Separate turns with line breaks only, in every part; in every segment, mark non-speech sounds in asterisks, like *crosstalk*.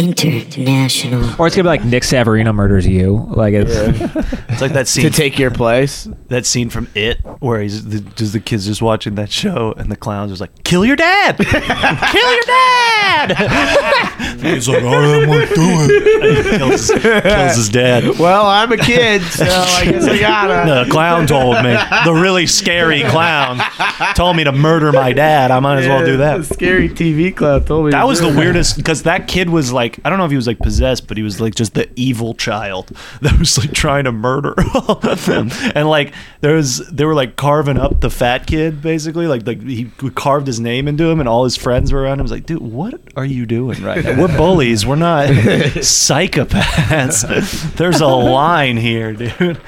International.
Or it's gonna be like Nick Savarino murders you. Like it's
It's like that scene
to take your place.
that scene from It where he's the, just the kids just watching that show and the clowns just like kill
*laughs*
your dad, kill your dad.
*laughs* He's like, all I want to do it.
*laughs* kills, his- kills his dad.
Well, I'm a kid, so I
*laughs*
guess I gotta.
The clown told me the really scary clown told me to murder my dad. I might as
*laughs*
well do
The
that.
scary TV cloud told me.
That
to
was
do *laughs*
the
it.
weirdest because that kid was like I don't know if he was like possessed, but he was like just the evil child *laughs* that was like trying to murder *laughs* all of them. And like there was they were like carving up the fat kid basically. Like like he carved his name into him, and all his friends were around him. It was like, dude, what are you doing right now? We're bullies. We're not psychopaths. *laughs* There's a line here, dude.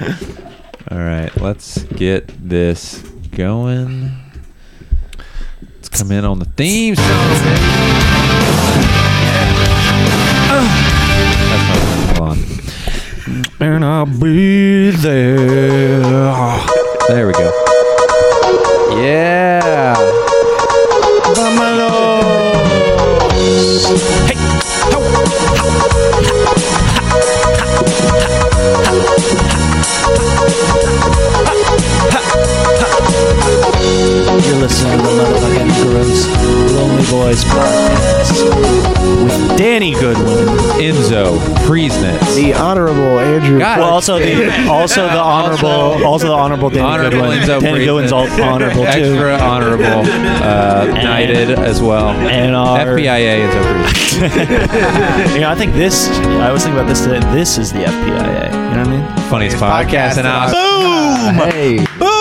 All right, let's get this going. Let's come in on the theme song. That's my one. Hold on. And I'll be there. There we go.
*laughs*
Yeah.
You're listening to the motherfucking gross Lonely Boys podcast with Danny Goodwin.
Enzo Priesnitz.
The honorable Andrew.
God.
Well, also the also the honorable also the honorable Danny
Honorable
Goodwin.
Enzo
Danny
Priesnitz.
Goodwin's all honorable too.
Extra honorable. Uh, knighted as well.
And our,
FBIA Enzo Priesnitz. *laughs*
You know, I think this. I was thinking about this today. This is the FPIA. You know what I mean?
funniest podcast, and I
Boom. Hey. *laughs*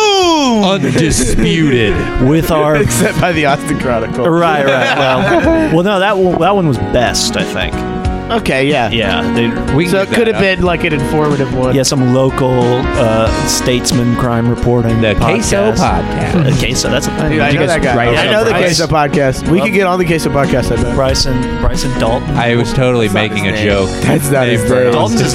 undisputed.
With our
Except by the Austin Chronicle.
right,
*laughs*
right. Well, well, no, that one, that one was best. I think.
Okay. Yeah.
Yeah, they.
We can
So it
get
could
that
have
up.
been like an informative one.
Yeah, some local uh, statesman crime reporting.
the Queso podcast.
The queso. That's a thing.
Dude, I
You
know
guys-
that guy.
right
I know the
Bryce.
Queso podcast. We could get on the Queso podcast. I bet.
Bryson Bryson Dalton.
I was totally
not
making a
his name.
joke.
That's not
They
his name.
pronounced
Dalton's his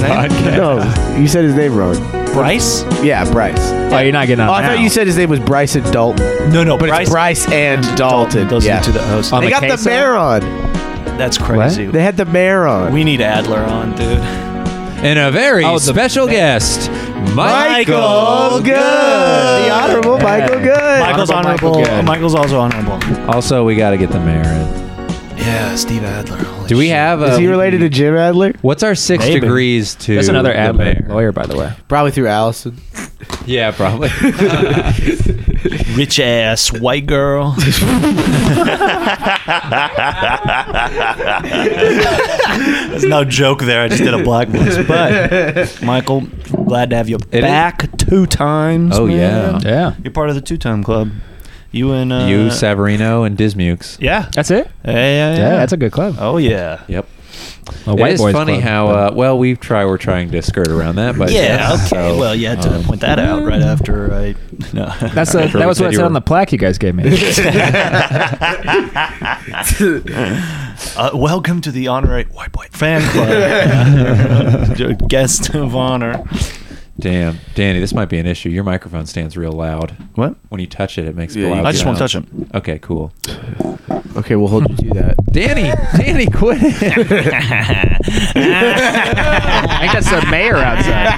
*laughs*
name.
No, you said his name wrong.
Bryce?
Yeah, Bryce. Oh,
oh, you're not getting on.
I thought
now.
you said his name was Bryson Dalton.
No, no,
But it's Bryce and Dalton.
Those
yeah.
are two that host.
On
they
the
got the
queso?
mayor on.
That's crazy.
They had the mayor on.
We need Adler on, dude.
And a very
Oh, the-
special guest,
Michael
Michael
The
Good.
Good.
Honorable Michael Good.
Michael's
Honorable
honorable.
Michael Good.
Michael's also honorable.
Also, we got to get the mayor in.
Yeah, Steve Adler. Holy
Do we
shit.
have a?
Is he related to Jim Adler?
What's our six
Maybe.
degrees to?
That's another
the
Adler
mayor?
lawyer, by the way.
Probably through Allison.
Yeah, probably.
rich ass white girl? There's no joke there. I just did a black voice. But Michael, glad to have you
It is-
back two times.
Oh, yeah.
man.
Yeah.
You're part of the two time club. You and uh,
you, Savarino, and Dismukes.
Yeah.
That's it.
Yeah, yeah, yeah.
Yeah, that's a good club.
oh yeah.
Yep.
A
it is
boys
funny
club.
how uh, well we try. We're trying to skirt around that, but
Yeah. Okay.
so,
well, you had to
um,
point that out right after I. *laughs* No.
That's a,
After we
that was
said
what I
you
said
were-
on the plaque you guys gave
*laughs*
me.
*laughs*
*laughs*
uh, welcome to the honorary white boy fan *laughs* club. Guest of honor.
Damn, Danny, this might be an issue. Your microphone stands real loud.
What?
When you touch it, it makes
Yeah,
a
you-
loud
I just won't
sound.
touch
*laughs*
him.
Okay, cool.
Okay, we'll hold you to that.
Danny, *laughs* Danny, quit. it. *laughs*
I think that's the mayor outside.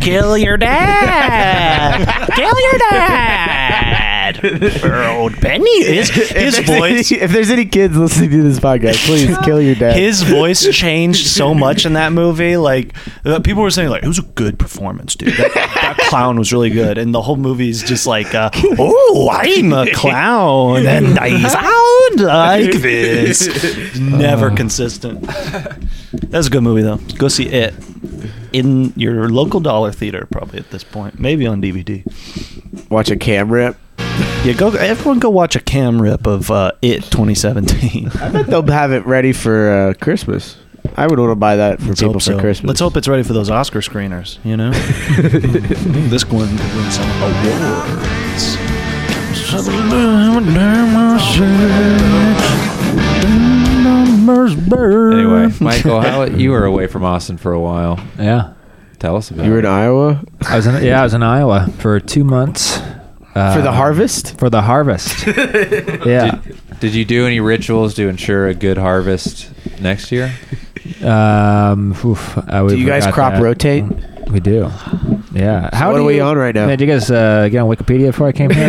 Kill
*laughs*
your *laughs* dad. Kill your dad. Old Benny. His, his
if, there's
voice.
Any, if there's any kids listening to this podcast,
*laughs*
please kill your dad.
His
*laughs*
voice changed so much in that movie. Like uh, people were saying, like it was a good performance, dude.
*laughs*
That, that clown was really good, and the whole movie is just like, uh, oh, I'm a
*laughs*
clown, and I sound like this. Never
Uh.
consistent. That's a good movie though. Go see it in your local dollar theater, probably at this point, maybe on DVD.
Watch a cam rip.
Yeah, go. Everyone, go watch a cam rip of uh, it 2017. *laughs*
They'll have it ready for uh, Christmas. I would want to buy that for people for Christmas.
Let's hope it's ready for those Oscar screeners,
*laughs*
you know? this one could win some awards.
anyway, Michael, how you were away from Austin for a while?
Yeah.
Tell us about.
You were
it.
in Iowa
I was in, yeah, I was in Iowa for two months. Uh,
for the harvest.
For
*laughs*
the harvest. yeah.
Did you do any rituals to ensure a good harvest? next year?
Um, oof, I
Do you guys
forgot
crop
that.
rotate?
We do. Yeah.
what
do
are we
you-
on right now?
Man, did you guys uh, get on Wikipedia before I
*laughs*
came here?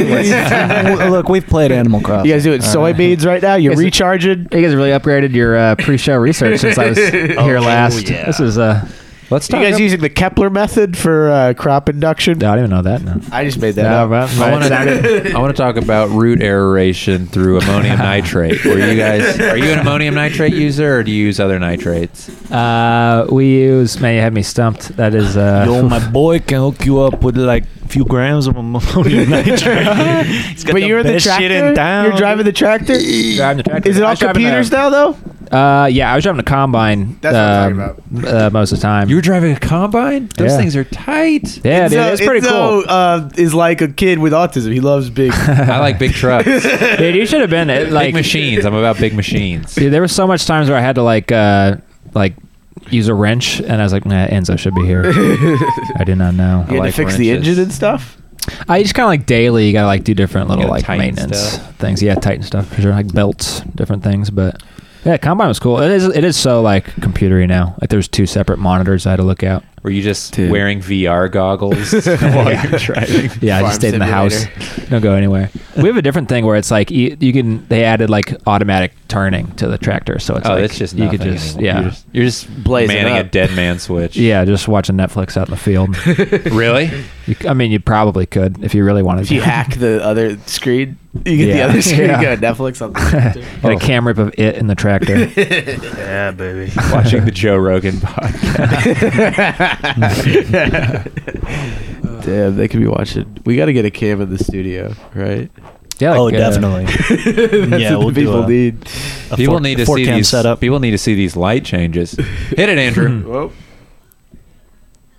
*laughs* Look, we've played Animal Crossing.
You guys doing *laughs* soybeans right now? You're
Is it-
recharging.
You guys have really upgraded your uh, pre-show research
*laughs*
since I was here last. This is uh,
Let's
Oh, You
talk.
guys using the Kepler method for uh, crop induction?
no, I don't even know that. No.
I just made that
No,
up.
but-
I
but
want
it sounded- *laughs*
to. I want to talk about root aeration through *laughs* ammonium nitrate. Were you guys? Are you an ammonium nitrate user, or do you use other nitrates?
uh, we use. Man, you had me stumped. That is.
*laughs*
Uh,
Yo, my boy can hook you up with like a few grams of *laughs* ammonium nitrate. He's got
But you're in the
best
tractor.
shit in town.
You're driving the tractor.
Driving the tractor.
Is it
I
all
was driving
computers
the-
now, though?
*laughs* Uh, yeah, I was driving a combine.
That's what I'm
um, *laughs* Uh, most of the time.
You were driving a combine. Those
Yeah.
things are tight.
yeah, dude, it's pretty cool.
Uh, is like a kid with autism. He loves big.
*laughs*
I like *laughs* big
*laughs*
trucks,
Dude, you should have been at like
big *laughs* machines. I'm about big machines.
Dude, there were so much times where I had to like uh like use a wrench, and I was like, nah, Enzo should be here.
*laughs*
I do not know.
you had
like
to fix the
wrenches.
engine and
*laughs*
stuff.
I just kind of like daily, you gotta like do different little
gotta
like
tighten
maintenance
stuff.
things. Yeah, tighten stuff for sure, like belts, different things. But yeah, combine was cool. It is it is so like computery now. Like there's two separate monitors I had to look out.
Were you just
Dude.
wearing VR goggles *laughs*
*laughs*
while you're driving?
Yeah, I
Farm
just stayed in the house. Don't go anywhere. we have a different thing where it's like you, you can. They added like automatic turning to the tractor, so it's
oh,
like
it's just
you could
nothing
just
anymore.
yeah.
You're just, you're just
Blazing
manning
up.
a dead man switch.
yeah, just watching Netflix out in
*laughs*
the field.
really?
You, c- I mean, you probably could if you really wanted
If
to.
you hack the other screen, you get the
Yeah.
other screen.
Yeah.
You got Netflix on the
*laughs*
tractor.
Got
Oh.
*laughs*
a cam rip of it in the tractor.
yeah, baby.
Watching the Joe Rogan podcast.
*laughs* Damn, they could be watching. We got to get a cam in the studio, right?
Yeah, like,
oh,
uh,
definitely.
That's
Yeah,
what
we'll
the
do
people
a-
need.
A
people
four-
need to
four
see
cam
these.
setup.
People need to see these light changes. Hit it,
*laughs*
Andrew.
Whoa.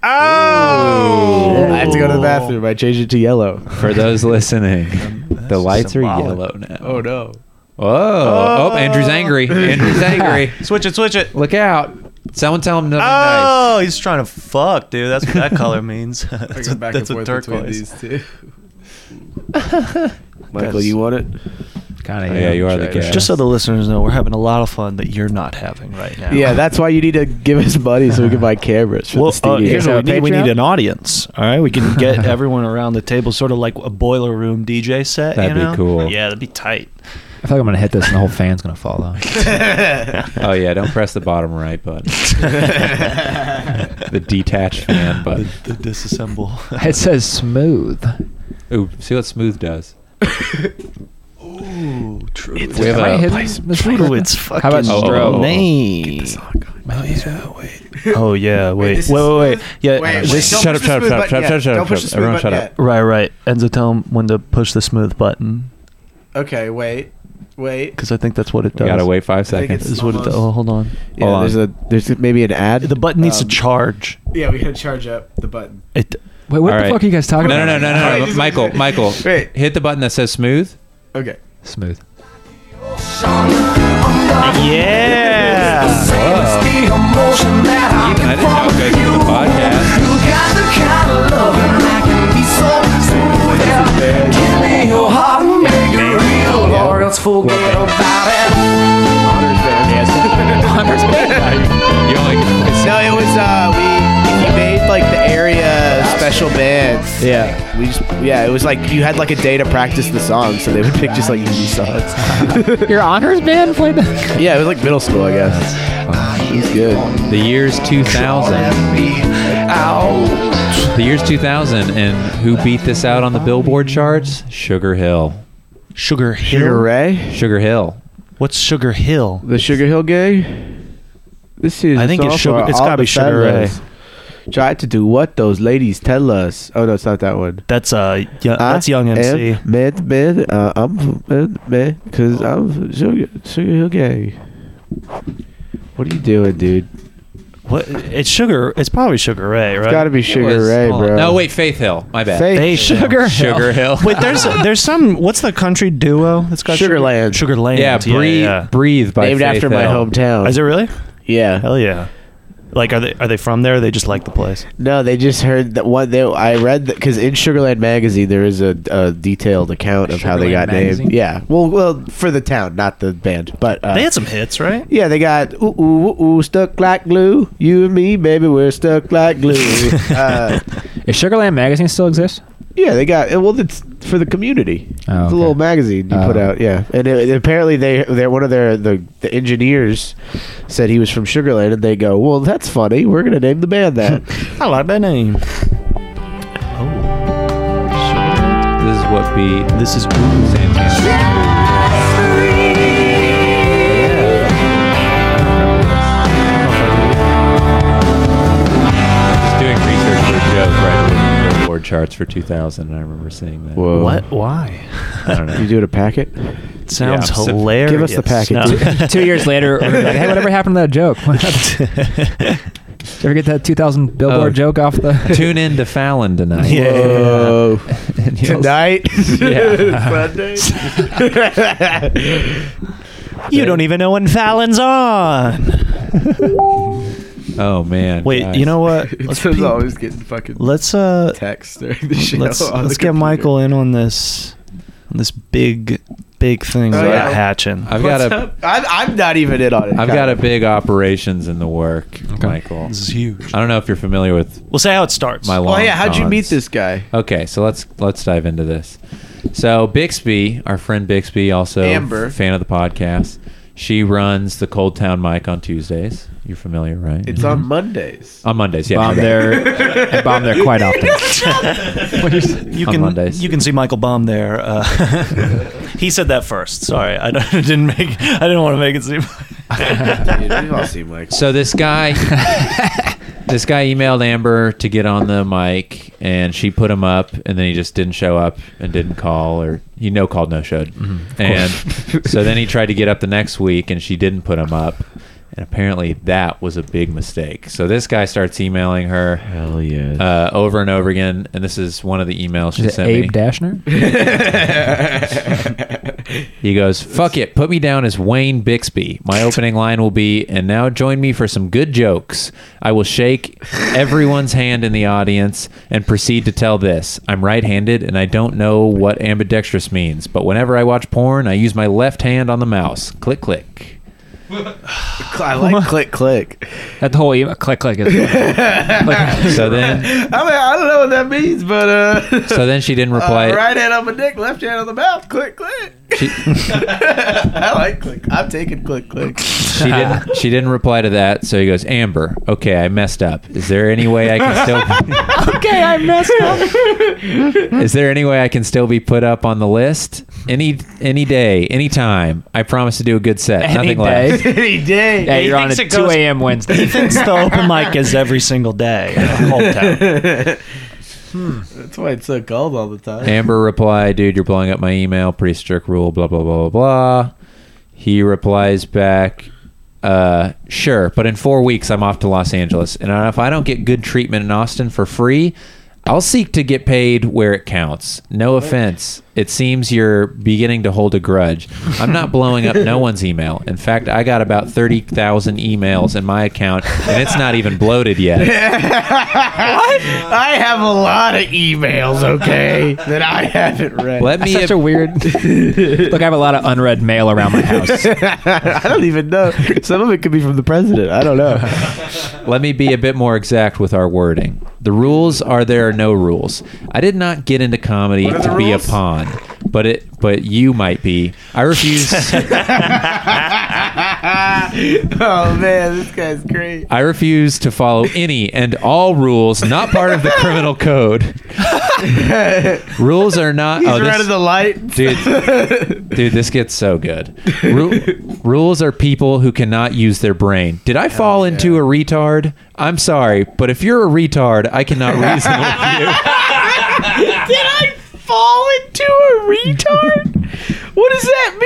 Oh! I have to go to the bathroom. I changed it to yellow.
For those listening, the lights
symbolic.
are yellow now.
Oh no!
Oh, oh, Andrew's angry. Andrew's angry.
Switch it, switch it.
Look out. Someone tell him nothing nice.
Oh, he's trying to fuck, dude. That's what that color means. *laughs* that's what, that's what turquoise.
two. *laughs* Michael, you want it?
Kind
Oh,
of.
yeah, you are the
Just
guest.
Just so the listeners know, we're having a lot of fun that you're not having right now.
Yeah, that's why you need to give us money so we can buy cameras for
Well,
the
uh,
studio.
here's
Yeah,
what we need. We
Patreon?
need an audience. All right, we can get everyone around the table, sort of like a boiler room DJ set.
That'd
you
be
know?
cool.
Yeah, that'd be tight.
I feel like I'm gonna hit this and the whole fan's gonna fall off.
*laughs* oh yeah, don't press *laughs* the bottom right button. the detached fan button.
The disassemble.
it says smooth.
Ooh, see what smooth does.
Ooh, true.
We have
Am I
a-
hitting this
True,
right?
it's fucking
How about
oh, oh,
strobe?
oh.
name. Oh yeah, wait,
this
wait,
is
wait, wait, yeah,
Wait,
this-
don't
shut up,
push the
shut up, shut
smooth
up, shut up,
button yet.
shut up,
Don't push
shut
the
up. Everyone
smooth
shut
button
up.
right, right. Enzo, tell him when to push the smooth button
yet. Okay, wait, wait.
because I think that's what it
You
does.
gotta wait five
I think
seconds.
This is what it does.
Almost.
Oh, hold on.
Yeah,
Hold
there's
on.
a there's maybe an ad.
The button needs
Um,
to charge.
Yeah, we gotta charge up the button.
It.
Wait, what
All
the
right.
fuck are you guys talking
No, no,
about?
no, no, no, no.
Alright,
Michael,
wait.
Michael,
Wait.
hit the button that says smooth.
Okay.
Smooth.
Yeah.
I didn't know it goes into the podcast. You only,
No, it was uh, we, we made like the area special bands.
Yeah.
We just yeah, it was like you had like a day to practice the songs, so they would pick just like easy songs.
*laughs*
Your honors band played that.
Yeah, it was like middle school, I guess.
Oh,
It was good.
the year's 2000. The year's 2000, and who beat this out on the Billboard charts? Sugar Hill.
Sugar Hill.
Sugar Ray,
Sugar Hill.
What's Sugar Hill?
the Sugar Hill Gang. This is
I think it's Sugar- it's gotta be Sugar Ray.
Try to do what those ladies tell us. Oh no, it's not that one.
That's uh, yeah, that's Young MC.
Am man, man, uh, I'm man, man, cause I'm Sugar, Sugar Hill Gang. What are you doing, dude?
What? It's Sugar. It's probably Sugar Ray, right?
It's gotta be
It
Sugar
was-
Ray,
hold on.
bro.
No, wait, Faith Hill. My bad.
Faith
They
Hill.
Sugar.
Sugar Hill.
*laughs* Wait, there's there's some. What's the country duo that's got
Sugarland.
Sugar Land.
yeah, breathe, breathe by
named
Faith
after my
Hill.
hometown.
Is it really?
Yeah.
Hell yeah. Like, are they are they from there? Or they just like the place.
No, they just heard that one. They I read because in Sugarland magazine there is a, a detailed account of how they
Sugarland
got
Magazine?
named. Yeah, well, well, for the town, not the band, but uh,
They had some hits, right?
yeah, they got ooh ooh ooh ooh stuck like glue. You and me, baby, we're stuck like
*laughs*
glue. uh,
Is Sugarland magazine still exist?
yeah, they got well. It's for the community.
Oh,
It's a
okay.
little magazine you put
Oh.
out. Yeah, and it, apparently they they're one of their the, the engineers said he was from Sugarland, and they go, well, that's funny. We're gonna name the band that.
*laughs*
I like that name.
This is what beat
This is
Santana. Just doing research for a joke, right? looking at the Billboard charts for 2000, and I remember seeing that.
Whoa.
what? Why?
I
*laughs*
don't know.
You doing a packet?
It sounds
Yeah, so-
hilarious.
Give us the packet,
No.
dude.
Two *laughs* years later, we're like, hey, whatever happened to that *laughs* joke? What happened? Did you ever get that 2000 Billboard
Oh.
joke off *laughs* the?
*laughs* Tune in to Fallon tonight.
Yeah.
Whoa.
And he'll-
*laughs* Tonight?
Uh, Yeah.
*laughs*
*laughs*
Sunday?
*laughs* you don't even know when Fallon's on.
Oh man.
Wait,
guys.
you know what?
*laughs*
Let's
Tim's
pe-
always getting fucking
let's uh
texts during the show.
let's
on the
let's get
computer.
Michael in on this on this big big thing
Oh,
about
yeah.
hatching.
I've got
What's
a
up? I'm, I'm not even in on it.
I've got a big operations in the work, Michael.
This is huge.
I don't know if you're familiar with
We'll say how it starts.
my.
Well,
long
Oh, yeah. How'd you meet
cons.
this guy?
Okay, so let's let's dive into this. So Bixby, our friend Bixby, also
Amber.
f- fan of the podcast. She runs the Cold Town Mic on Tuesdays. You're familiar, right?
It's on
*laughs*
Mondays.
on Mondays. Yeah,
bomb
okay.
there, I bomb there quite *laughs* often.
you *laughs*
on
can
Mondays.
you can see Michael Baum there. Uh, *laughs* he said that first. Sorry, I don't- *laughs* didn't make I didn't want to make
*laughs*
it seem.
Dude, we've all seen Michael.
So this guy, this guy emailed Amber to get on the mic, and she put him up, and then he just didn't show up and didn't call, or he no called, no showed, and so then he tried to get up the next week, and she didn't put him up, and apparently that was a big mistake. So this guy starts emailing her
Hell yeah. *laughs*
uh, over and over again, and this is one of the emails she
Is it
sent me.
Abe Dashner? *laughs*
He goes, "Fuck it, put me down as Wayne Bixby.
*laughs*
My opening line will be, and now join me for some good jokes. I will shake everyone's hand in the audience and proceed to tell this. I'm right-handed and I don't know what ambidextrous means, but whenever I watch porn, I use my left hand on the mouse. Click click."
I *laughs* like click click.
That whole email, click click is. Click.
So then
I mean, I don't know what that means, but uh,
so then she didn't reply.
uh, right hand on my dick, left hand on the mouth. Click click.
She-
*laughs* I like click. I'm taking click *laughs* click.
She
*laughs*
didn't she didn't reply to that, so he goes, "Amber, okay, I messed up. Is there any way I can
*laughs*
still
okay, I messed up.
Is there any way I can still be put up on the list? Any any day, any time. I promise to do a good set.
Any
Nothing less.
day.
Any day.
Yeah,
He
you're on at
thinks it
2
goes-
a.m. *laughs* Wednesday.
He thinks the open
*laughs*
mic is every single day. in the whole town.
That's why it's so cold all the time.
Amber replied, "Dude, you're blowing up my email. Pretty strict rule. Blah blah blah blah blah." He replies back, uh, "Sure, but in four weeks I'm off to Los Angeles, and if I don't get good treatment in Austin for free." I'll seek to get paid where it counts. No offense. It seems you're beginning to hold a grudge. I'm not blowing up no one's email. In fact, I got about 30,000 emails in my account, and it's not even bloated
*laughs*
yet.
I have a lot of emails, *laughs* okay, that I haven't read.
Let
That's
me
such a weird. *laughs* Look, I have a lot of unread mail around my *laughs* house.
*laughs* I don't even know. Some of it could be from the president. I don't *laughs* know.
Let me be a bit more exact with our wording. The rules are there are no rules. I did not get into comedy to be a pawn, but it but you might be. I refuse
*laughs* oh man, this guy's great.
I refuse to follow any and all rules not part of the criminal
*laughs*
code. rules are not
He's
oh, this-
running the light.
*laughs*
*laughs*
Dude, dude, this gets so good. Ru- rules are people who cannot use their brain. Did I fall into a retard? I'm sorry, but if you're a retard, I cannot reason with you.
Did I fall into a retard? What does that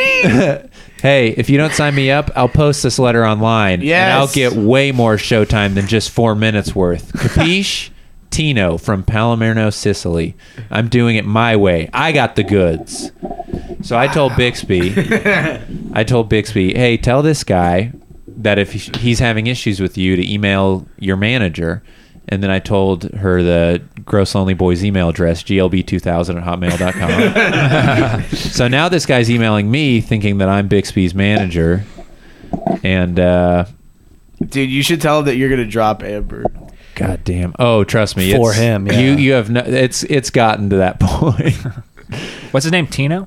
mean?
*laughs* Hey, if you don't sign me up, I'll post this letter online.
Yes.
And I'll get way more showtime than just four minutes worth. Capiche? Tino from Palermo, Sicily. I'm doing it my way. I got the goods. So I told Bixby, I told Bixby, hey, tell this guy that if he's having issues with you, to email your manager. And then I told her the Gross Lonely Boys email address, glb2000 at hotmail.com. so now this guy's emailing me thinking that I'm Bixby's manager. And, uh,
*laughs* Dude, you should tell him that you're gonna drop
*laughs*
Amber.
God damn. Oh, trust me.
For
it's-
him, yeah.
You, you have no, it's, it's gotten to that *laughs* point.
*laughs*
What's his name? Tino.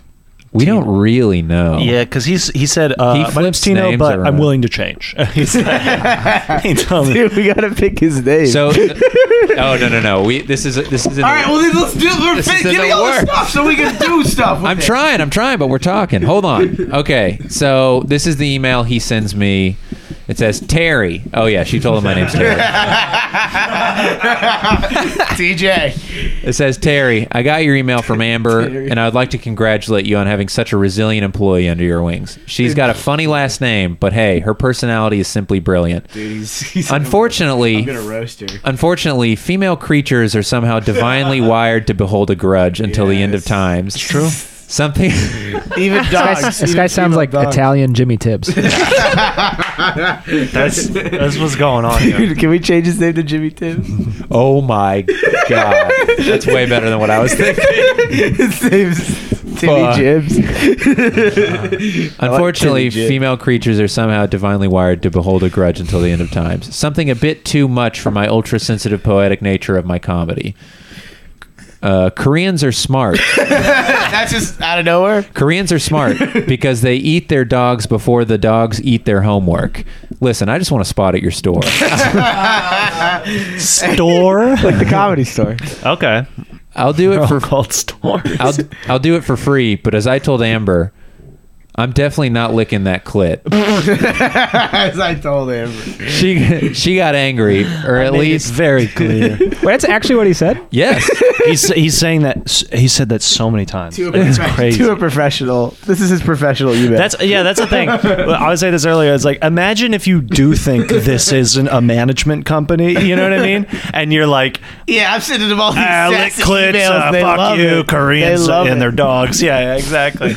we don't really know.
Yeah, because he's he said uh,
He
my name's
flips
Tino,
names
but I'm
around.
willing to change. *laughs*
*laughs*
he's like, he told me.
Dude, we gotta pick his name. *laughs*
So, uh, oh no no no. We this is this is. in the-
All right, well, then let's do We're
This
fin-
is in
getting
the
all this
works.
stuff so we can do stuff. With
I'm
it.
trying, I'm trying, but we're talking. Hold on. Okay, so this is the email he sends me. It says Terry. Oh yeah, she told him my name's Terry.
TJ.
It says, Terry, I got your email from Amber, and I would like to congratulate you on having such a resilient employee under your wings. She's got a funny last name, but hey, her personality is simply brilliant.
Dude, he's, he's
Unfortunately,
I'm gonna roast her. *laughs*
unfortunately, female creatures are *laughs* somehow divinely wired to behold a grudge until the end of
Yes.
times. true. Something. *laughs*
Even dogs.
This guy
even
sounds
female
like
dogs.
*laughs*
Italian Jimmy *laughs* Tibbs.
That's that's what's going on. Here.
Dude, can we change his name to Jimmy Tim?
oh my god, *laughs* that's way better than what *laughs* I was thinking.
his name's Timmy *laughs*
Fuck.
Jibs.
Unfortunately,
legit.
female creatures are somehow divinely wired to behold a grudge until the end of times. Something a bit too much for my ultra sensitive poetic nature of my comedy. Uh, Koreans are smart.
That's just out
*laughs*
of nowhere.
Koreans are *laughs* smart because they eat their dogs before the dogs eat their homework. Listen, I just want to spot at your *laughs* store.
Store.
like the comedy store.
okay.
I'll do it
They're all
for
called store.
I'll I'll do it for free, but as I told Amber, I'm definitely not licking that clit.
*laughs* As I told Amber.
She she got angry, or at
It's
least
very clear.
Wait, that's actually what he said.
yes.
he's he's saying that s- he said that so many times.
To a,
Like, it's
profe-
crazy.
to a professional. This is his professional email.
That's yeah. That's
*laughs*
the thing. Well, I was saying this earlier. It's like imagine if you do think this is an, a management company. You know what I mean? And you're like,
Yeah, I'm sending them all these
ah, lick
sassy
clits,
emails.
uh,
they
fuck
love
you,
it.
Koreans
They love
and
it. *laughs*
*laughs* their dogs. Yeah, yeah, exactly.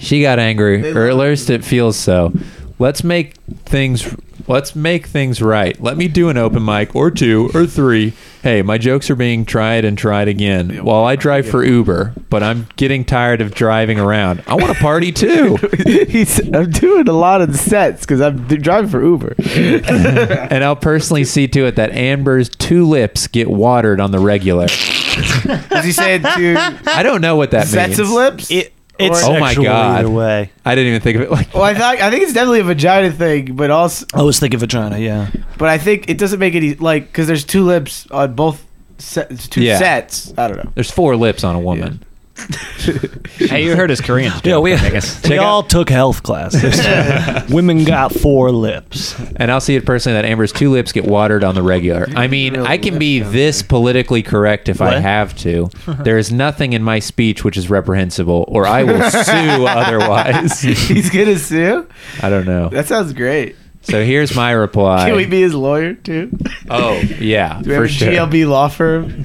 She got angry, or at least it feels so. Let's make things. Let's make things right. Let me do an open mic or two or three. Hey, my jokes are being tried and tried again. While I drive for Uber, but I'm getting tired of driving around. I want to party too.
He's, I'm doing a lot of sets because I'm d- driving for *laughs* Uber.
and I'll personally see to it that Amber's two lips get watered on the regular.
As he said,
*laughs*
to
I don't know what that
sets
means.
of lips.
It, it's
Oh my
sexual
God.
Either way,
I didn't even think of it like.
well, I thought I think it's definitely a vagina thing, but also,
I always think of vagina. Yeah,
but I think it doesn't make any like because there's two lips on both sets, two
Yeah.
sets. I don't know.
*laughs* There's four lips on a woman. *laughs*
hey, you heard his Korean.
yeah. We we
out-
all took health classes. *laughs* Women got four lips.
And I'll see it personally that Amber's two lips get watered on the regular. I mean, I can be this politically correct if I
What?
have to.
*laughs*
There is nothing in my speech which is reprehensible, or I
*laughs*
will sue otherwise.
He's gonna sue.
I don't know.
That sounds great.
So here's my reply.
Can we be his lawyer too?
oh, yeah,
*laughs* Do we
for
have a
sure.
GLB law firm?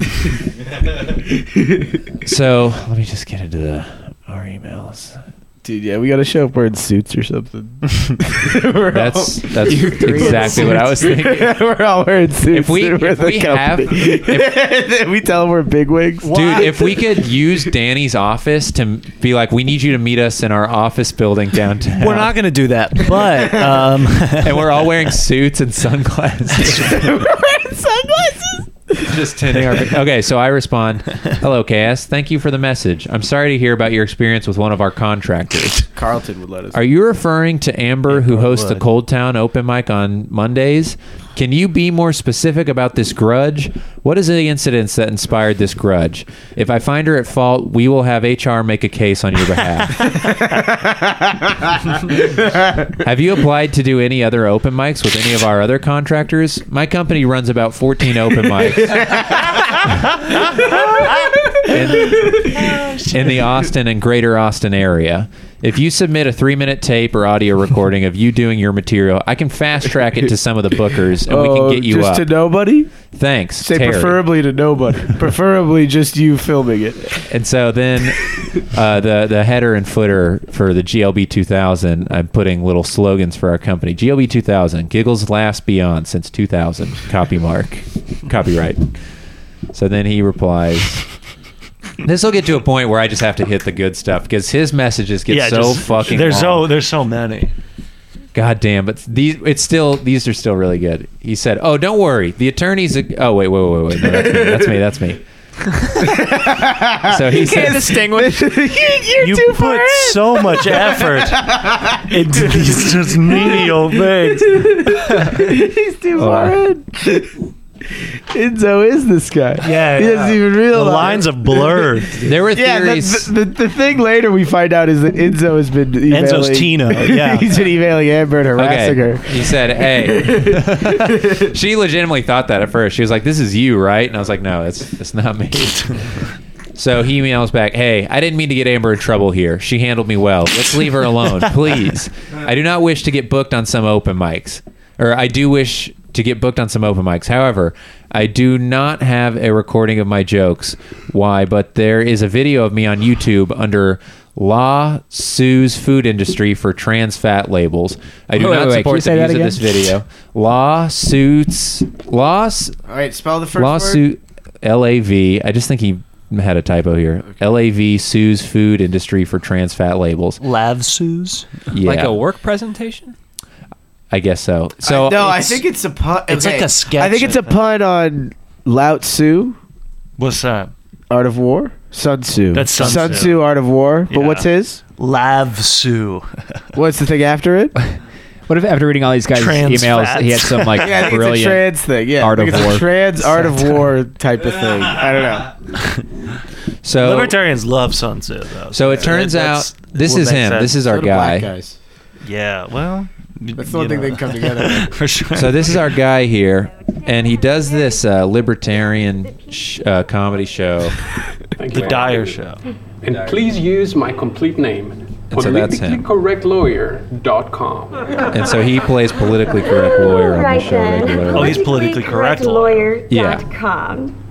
So let me just get into the our emails.
Dude, yeah, we gotta show up wearing suits or
*laughs*
something. We're
That's
all-
that's
You're Korean
exactly what I was
suits.
thinking.
*laughs* we're all wearing suits.
If we-
and we're
if
the
we have-
company. *laughs* Then we tell them we're bigwigs.
Dude,
*laughs*
if we could use
*laughs*
Danny's office to m- be like, we need you to meet us in our office building downtown.
We're not gonna do that, but
*laughs*
um,
and we're all
*laughs*
wearing suits and sunglasses,
we're wearing sunglasses.
just tending
*laughs*
our. Okay, so I respond, "Hello, KS. Thank you for the message. I'm sorry to hear about your experience with one of our contractors.
Carlton would let us. *laughs*
Are you referring to Amber, who hosts the
would.
Cold Town open mic on Mondays? Can you be more specific about this grudge? What is the incidents that inspired this grudge? If I find her at fault, we will have HR make a case on your behalf."
*laughs*
Have you applied to do any other open mics with any of our
*laughs*
other
Oh
contractors? My company runs about 14 open mics. in, in the Austin and greater Austin area. If you submit a three minute tape or audio recording of you doing your material, I can fast track it to some of the bookers and we can
Oh,
get you
just
up.
to nobody.
Thanks.
Say
Terry.
preferably to
*laughs*
nobody. preferably just you filming it.
And so then uh, the the header and footer for the GLB 2000, I'm putting little slogans for our company. GLB 2000, giggles laughs beyond since 2000. Copy mark, copyright. So then he replies. This will get to a point where I just have to hit the good stuff because his messages get so
just-
fucking.
There's
long.
so there's so many.
God damn, but these it's still these are still really good. He said, "Oh, don't worry, the attorneys." ag- Oh wait, wait, wait, wait, no, that's me, that's me, that's me. so he,
*laughs*
said,
distinguish. You're
You
too far
put
in.
so much *laughs* effort into these
*laughs*
just menial *laughs* things.
He's too far in. Enzo is this guy.
Yeah,
He doesn't even
The
realize.
lines are blurred.
"There were
Yeah, the,
theories."
the, the, the thing later we find out is that Enzo has been emailing. *laughs*
Enzo's Tino. Yeah.
he's been emailing Amber and harassing her.
He said, "Hey." she legitimately thought that at first. She was like, "This is you, right?" And I was like, "No, it's it's not me." so he emails back, "Hey, I didn't mean to get Amber in trouble here. She handled me well. Let's leave her
*laughs*
alone, please. I do not wish to get booked on some open mics, or I do wish." To get booked on some open mics. However, I do not have a recording of my jokes. Why? But there is a video of me on YouTube under Law Sues Food Industry for Trans Fat Labels. I do
Wait,
not
wait, wait. Can
support
you
the
say that
views of this
again?
video. Lawsuits, laws,
All right, spell the first word.
lawsuit, L A V. I just think he had a typo here. L A V sues food industry for trans fat labels.
Lavsus.
Yeah,
Like a work presentation?
I guess so. So
no, I
it's-
think it's a pun.
it's like
okay.
a sketch.
I think it's a pun on Lao Tzu,
What's that?
Art of War. Sun Tzu.
That's Sun
Sun
Tzu.
Tzu, Art of War. But
Yeah.
what's his?
Lavsu.
What's the thing after it?
What if after reading all these guys'
Trans
emails,
fats.
he had some
*laughs*
Yeah,
like
I think it's a
brilliant?
trans thing. Yeah,
Art
I think
of
it's
War.
a trans Art of War type
*laughs*
of thing. I don't know.
so
Libertarians love Sun Tzu, though.
so it
yeah,
turns
that's-
out this
what
is
makes
him.
sense.
This is our
So do black
guy.
guys.
Yeah, well.
That's the one thing they
*laughs*
can come together.
For sure.
So this is our guy here, and he does this uh, libertarian sh- uh, comedy show.
the Dyer Show.
And please use my complete name,
And so that's him.
politicallycorrectlawyer.com.
and so he plays politically correct lawyer on the
Right
show
then.
regularly.
Oh, he's politically correct lawyer.
lawyer.com.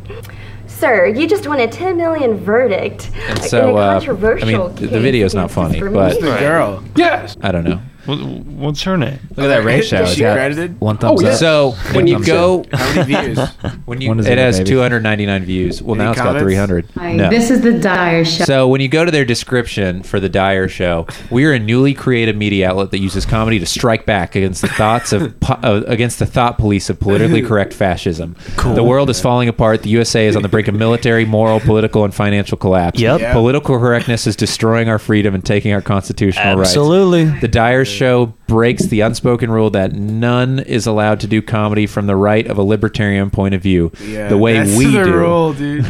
Sir, you just won a 10 million verdict. in a
so, uh,
controversial
I mean, the- the
case
video's not
against
funny, but-
discrimination.
The girl.
Yes.
I don't know.
What, what's her name?
Look at that ratio.
Is
It's
she
got
credited?
One thumbs
Oh, yeah.
up.
So when you
thumbs
go,
How many
*laughs*
views?
when you
When is
it
it,
has
baby?
299 views. Well,
Any
now it's got
comments?
300. No.
This is the dire show.
So when you go to their description for the Dyer Show, we are a newly created media outlet that uses comedy to strike back against the thoughts of po- uh, against the thought police of politically correct fascism. The world is falling apart. The USA is on the brink of military, moral, political, and financial collapse.
Yep.
Yeah.
Political correctness is destroying our freedom and taking our constitutional rights.
Absolutely.
The Dyer Show breaks the unspoken rule that none is allowed to do comedy from the right of a libertarian point of view.
Yeah,
the way
that's
we
the
do.
rule, dude.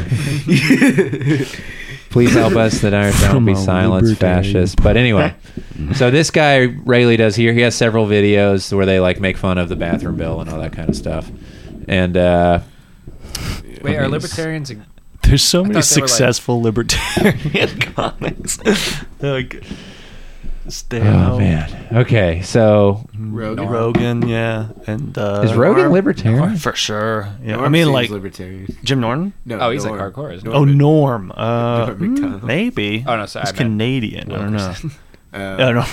*laughs* Please help us that Iron Dome
From
be
a
silenced
libertarian.
fascist. But anyway, so this guy Rayleigh does here. He has several videos where they like make fun of the bathroom bill and all that kind of stuff. And uh,
Wait,
are
are
libertarians
libertarians?
There's so many
thought they were, like-
successful libertarian *laughs* comics. They're like, stay
oh
home.
man, okay, so
Rogan.
Rogan, yeah, and uh,
is Rogan
Norm-
libertarian?
for sure. Yeah, I
Norm
mean,
seems
like
libertarian.
Jim Norton.
No,
Oh, he's
Norm.
like hardcore, isn't he?
Oh, Norm. Uh,
Norm McDonald.
maybe.
Oh, no, sorry,
He's
I meant
Canadian. I don't know. *laughs*
Uh,
Oh, Norm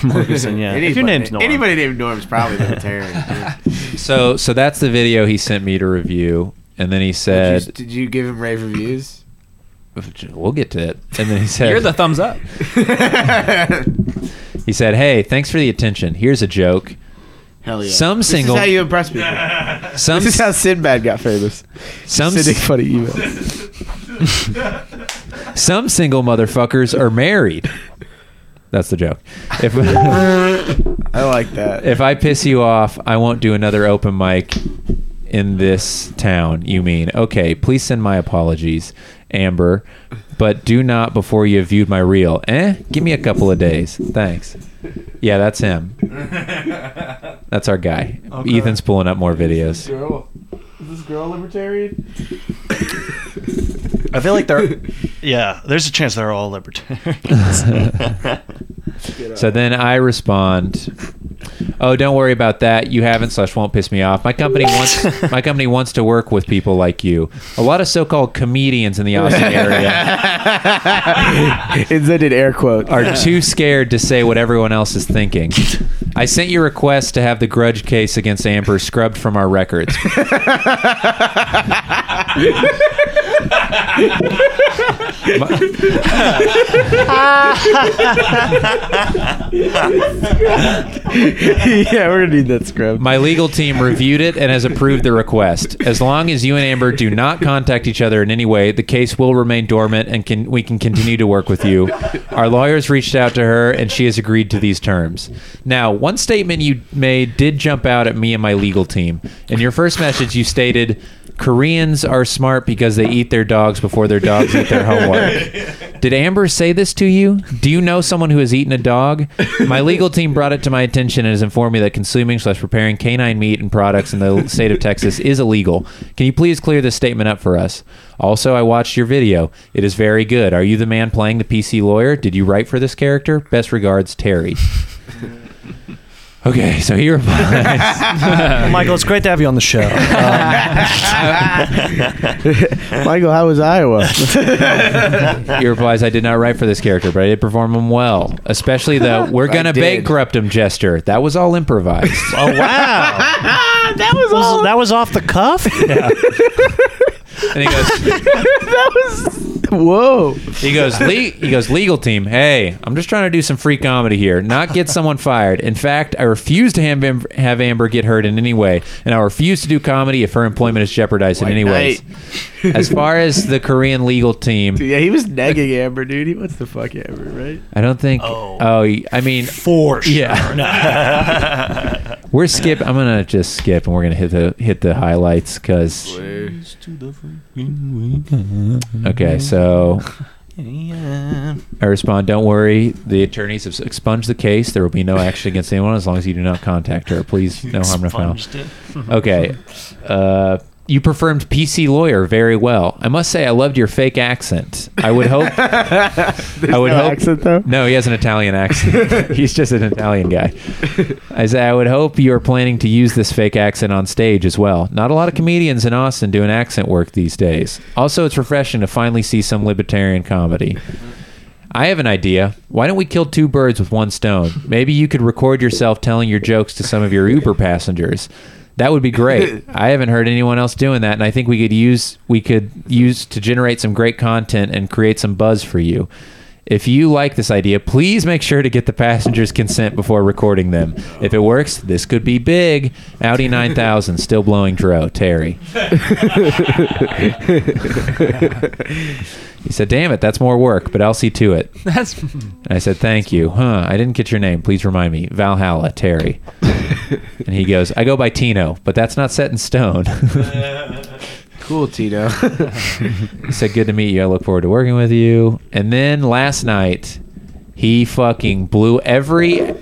*laughs*
Morrison. Yeah. if your
anybody-
name's Norm,
Anybody named Norm's probably libertarian. dude.
So so that's the video he sent me to review. And then he
Did you,
said,
did you give him
*laughs*
rave reviews?
"We'll get to it." And then he said,
You're the thumbs up.
"He said, hey, thanks for the attention. Here's a joke.
Hell yeah.
Some
this
single-
Is how you impress people.
Some
This is how Sinbad got famous.
some
Sending funny emails.
Some single motherfuckers are married. That's the joke. If
*laughs* I like that.
if I piss you off, I won't do another open mic in this town. You mean okay? Please send my apologies, Amber, but do not before you have viewed my reel. Eh? Give me a couple of days. Thanks. Yeah, that's him. That's our guy. Ethan's pulling up more videos.
Girl. Is this girl libertarian?
I feel like they're *laughs* yeah, there's a chance they're all libertarian. *laughs*
So then I respond, "Oh, don't worry about that. You haven't slash won't piss me off. My company wants my company wants to work with people like you. A lot of so-called comedians in the Austin area
*laughs* It's I did air quote. *laughs*
are too scared to say what everyone else is thinking. I sent your request to have the grudge case against Amber scrubbed from our records.
yeah, we're gonna need that scrub.
My legal team reviewed it and has approved the request. As long as you and Amber do not contact each other in any way, the case will remain dormant and can, we can continue to work with you. Our lawyers reached out to her and she has agreed to these terms. Now, one statement you made did jump out at me and my legal team. In your first message, you stated Koreans are smart because they eat their dogs before their dogs eat their homework. Did Amber say this to you? Do you know someone who has eaten a dog? My legal team brought it to my attention and has informed me that consuming slash preparing canine meat and products in the state of Texas is illegal. Can you please clear this statement up for us? Also, I watched your video. It is very good. Are you the man playing the PC lawyer? Did you write for this character? Best regards, Terry. Okay, so he replies.
Michael, it's great to have you on the show.
Michael, how was
*laughs*
Iowa?
Uh,
He replies, I did not write for this character, but I did perform him well. Especially the we're going to
did.
bankrupt him gesture. That was all improvised.
oh wow,
Ah, that was all.
that was off the cuff.
and he goes,
*laughs* Whoa.
he goes, le- he goes, legal team, hey, I'm just trying to do some free comedy here, not get someone fired. In fact, I refuse to have Amber, have Amber get hurt in any way, and I refuse to do comedy if her employment is jeopardized in any way. *laughs* As far as the Korean legal team,
Yeah, he was negging Amber, dude. He wants to fuck Amber, right?
I don't think.
Oh.
Oh, I mean,
For sure.
Yeah. *laughs* we're skip. I'm gonna just skip, and we're gonna hit the hit the highlights because. Okay, so I respond, don't worry. The attorneys have expunged the case. There will be no action against anyone as long as you do not contact her. Please, no harm, no foul.
Expunged it.
Okay. Uh, you performed PC lawyer very well. I must say, I loved your fake accent. I would
*laughs*
hope. I would
no
hope.
accent, though?
No, he has an Italian accent. He's just an Italian guy. I say, I would hope you are planning to use this fake accent on stage as well. Not a lot of comedians in Austin doing accent work these days. Also, it's refreshing to finally see some libertarian comedy. I have an idea. Why don't we kill two birds with one stone? Maybe you could record yourself telling your jokes to some of your Uber passengers. That would be great. I haven't heard anyone else doing that, and I think we could use we could use to generate some great content and create some buzz for you. If you like this idea, please make sure to get the passengers' consent before recording them. If it works, this could be big. Audi 9000 still blowing dro, Terry. He said, "Damn it, that's more work, but I'll see to it."
*laughs* That's
And I said, "Thank you, huh? I didn't get your name. Please remind me, Valhalla Terry." and he goes, "I go by Tino, but that's not set in stone."
*laughs*
*laughs*
Cool, *laughs* Tito.
he said, "Good to meet you. I look forward to working with you." And then last night, he fucking blew every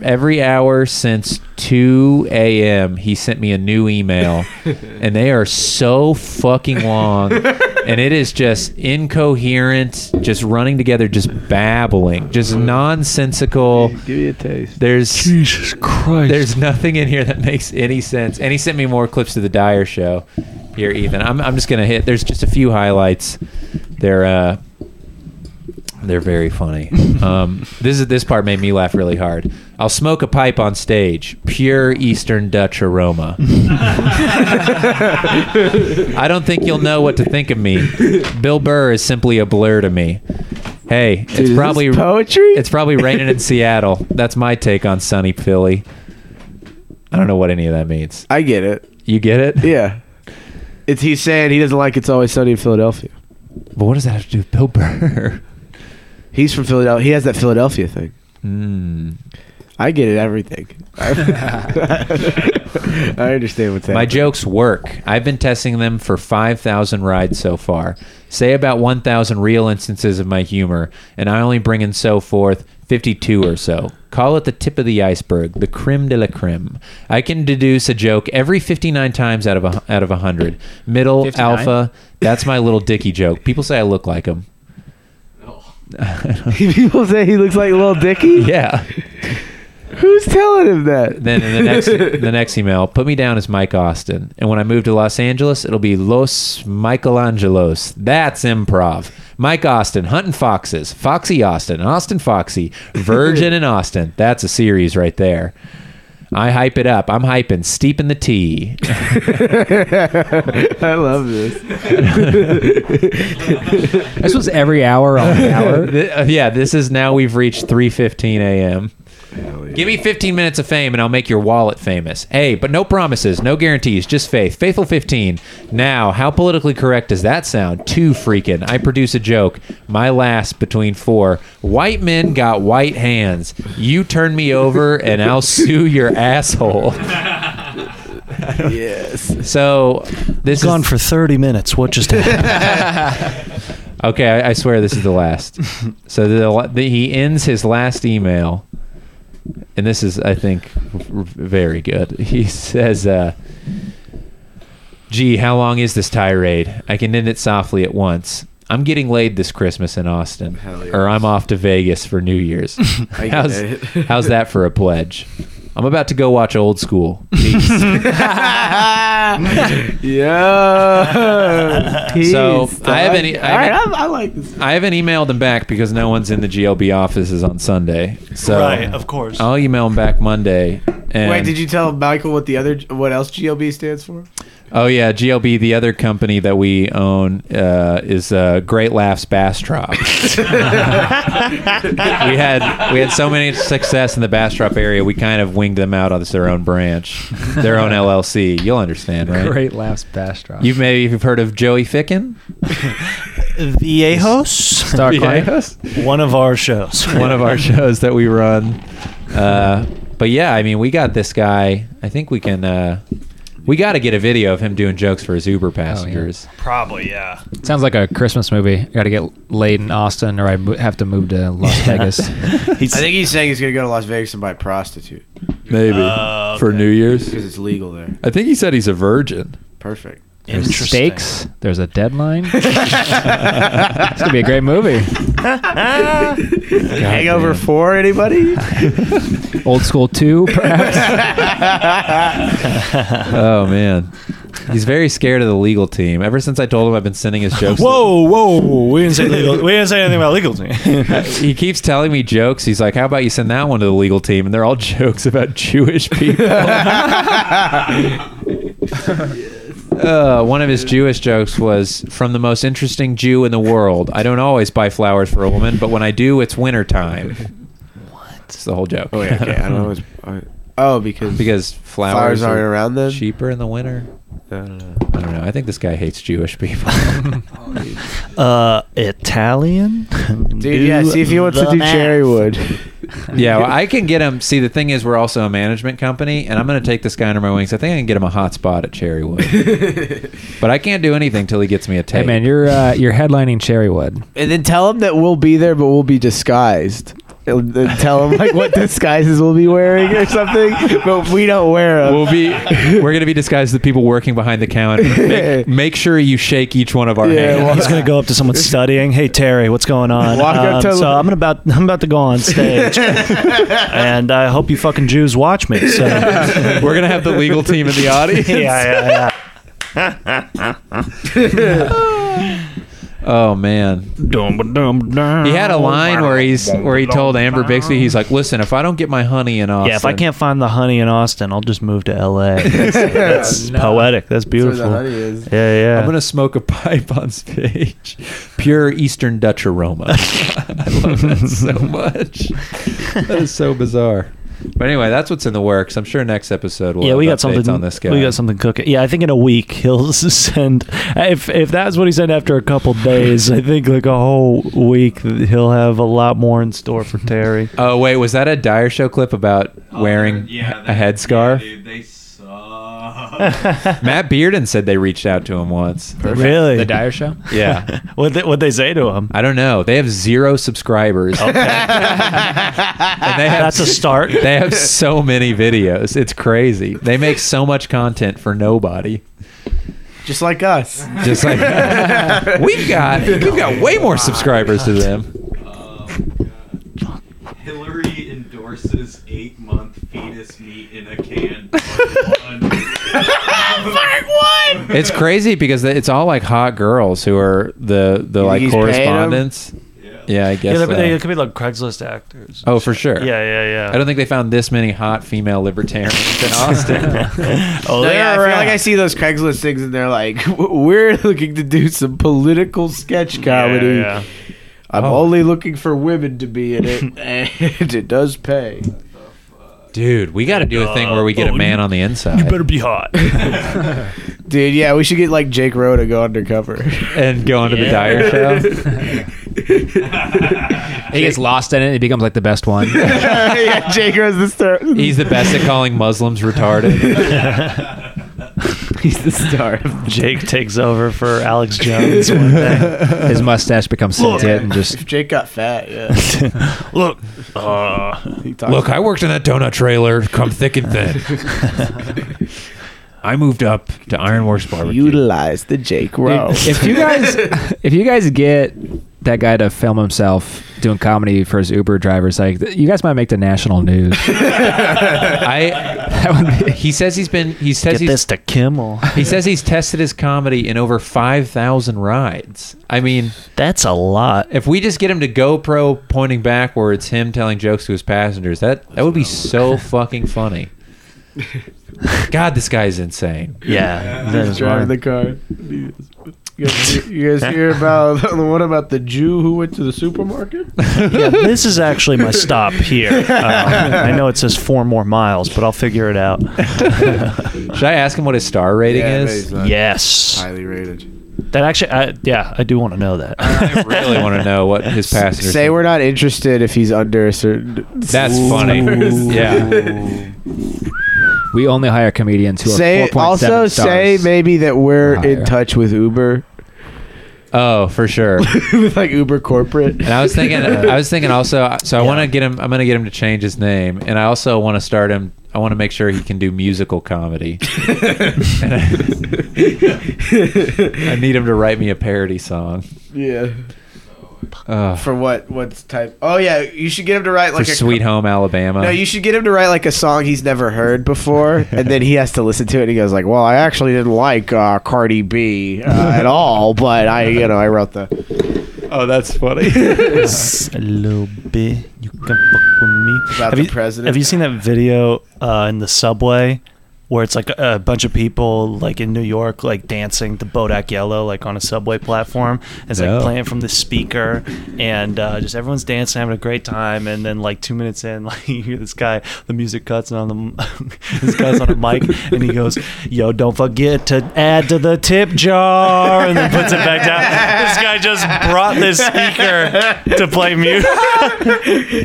every hour since 2 a.m. He sent me a new email, and they are so fucking long, and it is just incoherent, just running together, just babbling, just nonsensical.
Give me a taste.
There's
Jesus Christ.
there's nothing in here that makes any sense. And he sent me more clips to the Dyer show. Here, Ethan. I'm, I'm just gonna hit. There's just a few highlights. They're uh, they're very funny.
*laughs*
Um, this is this part made me laugh really hard. I'll smoke a pipe on stage. Pure Eastern Dutch
*laughs*
aroma. I don't think you'll know what to think of me. Bill Burr is simply a blur to me. Hey,
Dude,
it's
is
probably
this poetry.
it's probably raining in Seattle. That's my take on sunny Philly. I don't know what any of that means.
*laughs* I get it.
You get it?
Yeah. It's he's saying he doesn't like it's always sunny in Philadelphia.
But what does that have to do with Bill Burr?
He's from Philadelphia. He has that Philadelphia thing.
Hmm.
I get
*laughs*
it. Everything. I understand what's happening.
My jokes work. I've been testing them for 5,000 rides so far. Say about 1,000 real instances of my humor, and I only bring in so forth 52 or so. Call it the tip of the iceberg, the creme de la creme. I can deduce a joke every 59 times out of a, out of 100. Middle,
59?
alpha, that's my little dicky joke. People say I look like him.
*laughs* People say he looks like Lil Dicky.
*laughs* yeah.
Who's telling him that?
Then in
*laughs*
the
*laughs*
next the next email, put me down as Mike Austin, and when I move to Los Angeles, it'll be Los Michelangelos. That's improv. Mike Austin, hunting foxes, Foxy Austin, Austin Foxy, Virgin and Austin. That's a series right there. I hype it up. I'm hyping, steeping the tea.
I love
*laughs*
this.
This was every hour
*laughs*
on the *laughs* hour.
Th- uh, yeah, this is now we've reached 3:15 a.m. Give me 15 minutes of fame and I'll make your wallet famous. Hey, but no promises, no guarantees, just faith. Faithful 15. Now, how politically correct does that sound? Too freaking. I produce a joke. My last between four. White men got white hands. You turn me over and I'll sue your asshole. *laughs*
Yes.
So, this
Gone
is
for 30 minutes. What just happened?
Okay, I, I swear this is the last.
*laughs*
so the, the, he ends his last email, and this is, I think, r- very good. *laughs* He says, uh, "Gee, how long is this tirade? I can end it softly at once." I'm getting laid this Christmas in Austin,
Hell yes.
or I'm off to Vegas for New Year's.
*laughs* I get
how's,
it.
how's that for a pledge? I'm about to go watch Old School. Peace.
*laughs* Yeah.
So, I have any- I
All right,
have-
I, I like this.
I haven't emailed him back because no one's in the GLB offices on Sunday. So oh.
right, of course. *laughs*
I'll email him back Monday. And,
Wait, did you tell Michael what the other what else GLB stands
*laughs*
for?
Oh yeah, GLB. The other company that we own uh, is uh, Great Laughs
*laughs*
Bastrop. we had we had so
*laughs*
many success in the Bastrop area. We kind of winged them out as their own branch, their own LLC. You'll understand, right?
Great laughs, Bastrop.
You've maybe you've heard of Joey Ficken,
Viejos?
Star
Yeah.
Client.
One of
*laughs*
our shows.
*laughs* one of our shows that we run. Uh, but yeah, I mean, we got this guy. I think we can. Uh, we got to get a video of him doing jokes for his
Oh,
Uber passengers.
Probably, *laughs* yeah.
Sounds like a Christmas movie. I got to get laid in Austin, or I mo- have to move to Las *laughs* Vegas.
He's,
I think he's saying he's gonna go to Las Vegas and buy a prostitute
Maybe
Uh,
for
okay.
New Year's.
because it's legal there.
I think he said he's a virgin.
Perfect.
There's
Interesting.
stakes. There's a deadline. *laughs* it's gonna be a great movie.
Ah.
Hangover four,
*laughs*
Ah. *laughs* anybody? Oh,
Old school two, perhaps. *laughs*
Uh,
Oh man, he's very scared of the legal team. Ever since I told him I've been sending his jokes,
Whoa, whoa! We didn't say legal. we didn't say anything about legal.
he keeps telling me jokes. He's like, "How about you send that one to the legal team?" And they're all *laughs* jokes about Jewish
*laughs*
people. Uh, one of his Jewish jokes was from the most interesting Jew in the world. I don't always buy flowers for a woman, but when I do, it's winter time. What? It's the whole joke.
Oh yeah, okay. I don't know. What's, I- oh, because
*laughs* because flowers,
Flowers aren't around then?
cheaper in the winter.
I don't know.
I don't know. I think this guy hates Jewish
*laughs*
people. *laughs*
*laughs* Uh, Italian.
Dude, yeah. See if he wants to do Cherrywood.
yeah, well, I can get him. See, the thing is, we're also a management company, and I'm going to take this guy under my wings. I think I can get him a hot spot at Cherrywood,
*laughs*
but I can't do anything till he gets me a
hey
tape.
man, you're uh, you're headlining Cherrywood.
And then tell him that we'll be there, but we'll be disguised. And then tell him like
*laughs*
what disguises we'll be wearing or something, but we don't wear them.
We'll be *laughs* we're gonna be disguised as the people working behind the counter. *laughs* Make, make sure you shake each one of our
Yeah,
hands.
well-
He's gonna go up to someone studying. Hey Terry, what's going on? Um,
Walk up to-
so I'm about I'm about to go
*laughs*
on stage, and I hope you fucking Jews watch me. So yeah,
*laughs*
*laughs*
we're gonna have the legal team *laughs* in the audience.
yeah, yeah.
Oh man, he had a
Oh,
line where he's where he told Amber Bixby, he's like, "Listen, if I don't get my honey in Austin,
Yeah, if I can't find the honey in Austin, I'll just move to L.A.
*laughs*
That's, that's poetic. That's
That's
beautiful.
where the honey is.
yeah, yeah.
I'm gonna smoke a pipe on stage. *laughs* Pure Eastern Dutch aroma. *laughs* I love that so *laughs* much. That is so bizarre. But anyway, that's what's in the works. I'm sure next episode we'll
yeah,
have
we
updates
got something
on this guy.
We got something cooking. Yeah, I think in a week he'll *laughs* s- send. If if that's what he sent after a couple days, I think like a whole week he'll have a lot more in store for Terry.
Oh wait, was that a Dire Show clip about
Oh,
wearing a headscarf?
they
Oh.
*laughs*
suck.
Matt Bearden said they reached out to him once.
Really?
The Dyer *laughs* Show.
*laughs*
*laughs*
Yeah,
what they, what they say to
*laughs*
him?
I don't know. They have zero subscribers. and they have
That's a
*laughs*
start.
They have so many videos. It's crazy. They make so much content for nobody.
Just like us. *laughs*
*laughs* Just like we've got, we've got way more subscribers to them.
horse's eight month fetus meat in a can. Part one. Part one.
It's crazy because it's all like hot girls who are the the like
he's paying 'em?
correspondents.
Yeah.
Yeah, I
Yeah,
guess.
they- they
so.
could be like Craigslist actors.
Oh, for sure.
Yeah, yeah,
I
yeah.
don't think they found this many hot female libertarians in Austin.
Oh,
No, yeah, I
they're
feel like
around.
I see those Craigslist things and they're like, *laughs* we're looking to do some political sketch comedy.
Yeah, yeah.
I'm only looking for women to be in it, and it does pay.
Dude, we got to do a thing where we get
Oh,
a man on the inside
You better be hot.
Dude, yeah, we should get like Jake Rowe to go undercover.
and go onto the
Yeah.
Dyer show. *laughs*
He gets lost in it. He becomes like the best one.
*laughs*
*laughs*
yeah, Jake Rowe's the star.
He's the best at calling Muslims retarded.
*laughs* He's the star. Of *laughs*
Jake takes over for Alex Jones one day.
His mustache becomes sentient and just
if Jake got fat, yeah.
Look, uh,
He talks
Look, I worked in that donut trailer, come thick and thin. I moved up to Ironworks Barbecue.
utilize the Jake
*laughs*
Rowe.
Dude, if
*laughs*
you guys if you guys get that guy to film himself doing comedy for his Uber drivers, like th- you guys might make the
*laughs*
national news.
I
that would be
he says he's been he says
*laughs* get
he's
this to Kimmel.
he says he's tested his comedy in over 5,000 rides. I mean,
That's a lot.
if we just get him to GoPro pointing backwards, him telling jokes to his passengers, that that would be so fucking
*laughs*
funny. God, this guy's insane.
Yeah, that
He's
is
driving
wild.
the car. You guys, you guys hear about *laughs* the one about the Jew who went to the supermarket? *laughs*
yeah, this is actually my stop here. Um, I know it says four more miles, but I'll figure
*laughs*
it out.
Should I ask him what his star rating is?
yes,
highly rated.
that actually, I, yeah, I do want to know that.
I really want to know what his
*laughs*
passengers
Say we're not interested if he's under a certain.
That's
*laughs*
funny. *laughs* Yeah.
we only hire comedians who are
Say
4.7
also
stars.
say maybe that we're
Higher.
in touch with Uber, *laughs*
Oh, for sure.
with like Uber corporate.
And I was thinking, uh, I was thinking also. So I want to get him. I'm going to get him to change his name, and I also want to start him. I want to make sure he can do musical
*laughs*
comedy. *laughs* And I, I need him to write me a parody song.
*laughs* Yeah.
Ugh.
For what? What's type? Oh yeah, you should get him to write like
for
a
Sweet Home Alabama.
No, you should get him to write like a song he's never
*laughs*
heard before, and then he has to listen to it. and He goes like, "Well, I actually didn't like uh, Cardi B uh, at
*laughs*
all, but I, you know, I wrote the."
oh, that's
*laughs*
funny. *laughs*
*laughs* a little bit. You can fuck with me.
About
have
the
you,
president?
Have you seen that video uh, in the subway where it's like a, a bunch of people like in New York like dancing to Bodak Yellow like on a subway platform? It's like
No.
playing from the speaker and uh, just everyone's dancing, having a great time. And then like two minutes in, *laughs* like you hear this guy, the music cuts and on the *laughs* this guy's on a mic and he goes, "Yo, don't forget to add to the tip jar," and then puts it back down. This guy just brought this speaker to play music.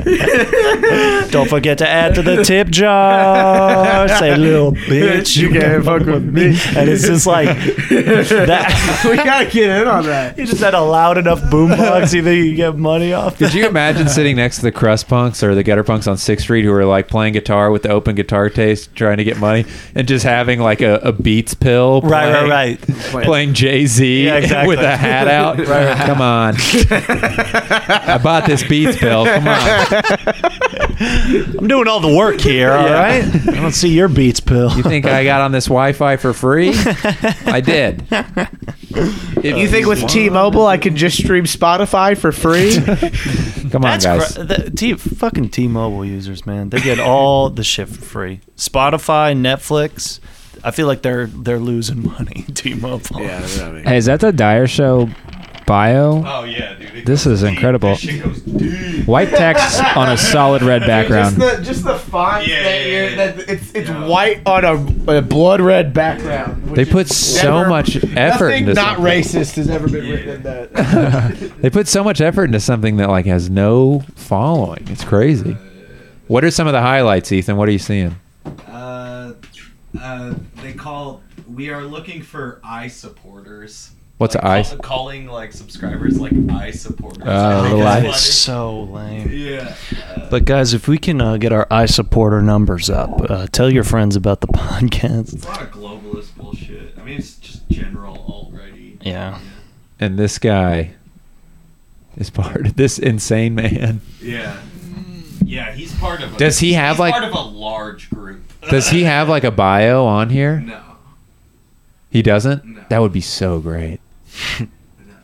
Don't forget to add to the tip jar. Say, little bitch,
You can't fuck with me.
And it's just like that.
we gotta get in on that.
You just had a loud enough boombox. You think you get money off?
Could
*laughs*
you imagine sitting next to the crust punks or the gutter punks on Sixth Street who are like playing guitar with the open guitar taste, trying to get money, and just having like a, a Beats pill,
Right,
playing,
right, right.
playing Jay Z
Yeah,
*laughs*
exactly.
with a hat
*laughs*
out? Come on, I bought this Beats pill. Come on,
I'm doing all the work here. *laughs* All right. I don't see your beats, Bill.
you think I got on this Wi-Fi for
*laughs*
free? I did. If
You think with T-Mobile I can just stream Spotify for free?
Come on,
That's
guys.
cr- the, T- fucking T-Mobile users, man. They get all *laughs* the shit for free. Spotify, Netflix. I feel like they're they're losing money. *laughs* T-Mobile. *laughs*
Hey, is that the Dyer Show bio?
Oh yeah, dude. it
This
goes
is
deep.
incredible.
That shit goes deep.
White text on a solid red background.
Just the, just the font
Yeah,
that
yeah,
you're,
yeah.
that it's it's white on a, a blood red background. which
They
is
put so
never-
much effort
Nothing
into
not
something.
racist has ever been written in that.
They put so much effort into something that like has no following. It's crazy. What are some of the highlights, Ethan? What are you seeing?
Uh, uh, they call. We are looking for I supporters.
What's
like,
a I-
call- calling like subscribers like I supporters.
Oh,
I
the
think
like-
that's
That
lights.
is
funny.
so lame.
Yeah. uh,
Uh, But guys, if we can uh, get our I supporter numbers up, uh, tell your friends about the *laughs*
it's a
podcast.
lot of globalist bullshit. I mean, it's just general alt righty.
Yeah.
And this guy is part of this insane man.
Yeah. Mm, Yeah, he's part of. A,
Does he have,
he's
like-
part of a large group?
Does he have like a bio on here?
*laughs* No,
He doesn't.
No.
That would be so great. *laughs*
no.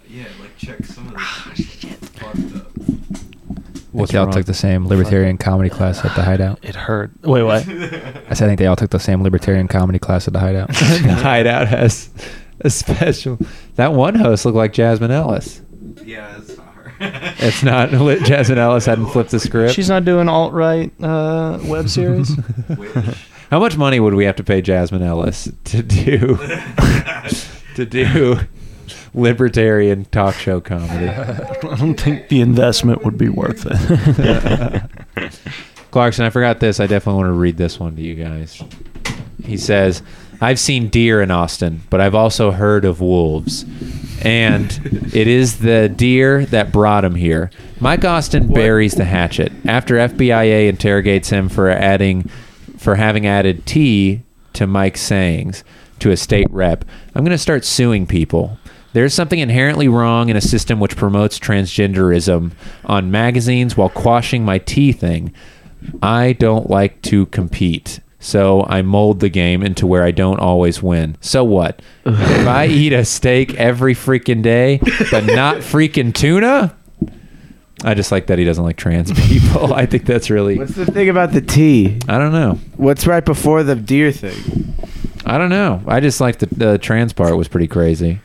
Yeah, like check some of this. shit. Fucked up.
they all took the same libertarian comedy class at the hideout.
It hurt. Wait,
*laughs*
what?
I said I think they all took the same libertarian comedy class at the
*laughs*
hideout.
the hideout has a special. That one host looked like Jasmine Ellis.
Yeah, it's not her.
*laughs* It's not Jasmine Ellis hadn't flipped the script.
*laughs* She's not doing alt right uh, *laughs* web series.
How much money would we have to pay Jasmine Ellis to
*laughs*
do *laughs* to do libertarian talk show comedy?
*laughs* *laughs* I don't think the investment would be worth it. *laughs*
Clarkson, I forgot this. I definitely want to read this one to you guys. He says, I've seen deer in Austin, but I've also heard of wolves. And it is the deer that brought him here. Mike Austin buries the hatchet after FBIA interrogates him for adding for having added T to Mike's sayings to a state rep. I'm going to start suing people. There is something inherently wrong in a system which promotes transgenderism on magazines while quashing my T thing. I don't like to compete. So I mold the game into where I don't always win. So what? if I eat a steak every freaking day, but not freaking tuna? I just like that he doesn't like trans *laughs* people. I think that's really
*laughs* What's the thing about the T?
I don't know.
What's right before the deer thing?
I don't know. I just like the, the trans part was pretty crazy.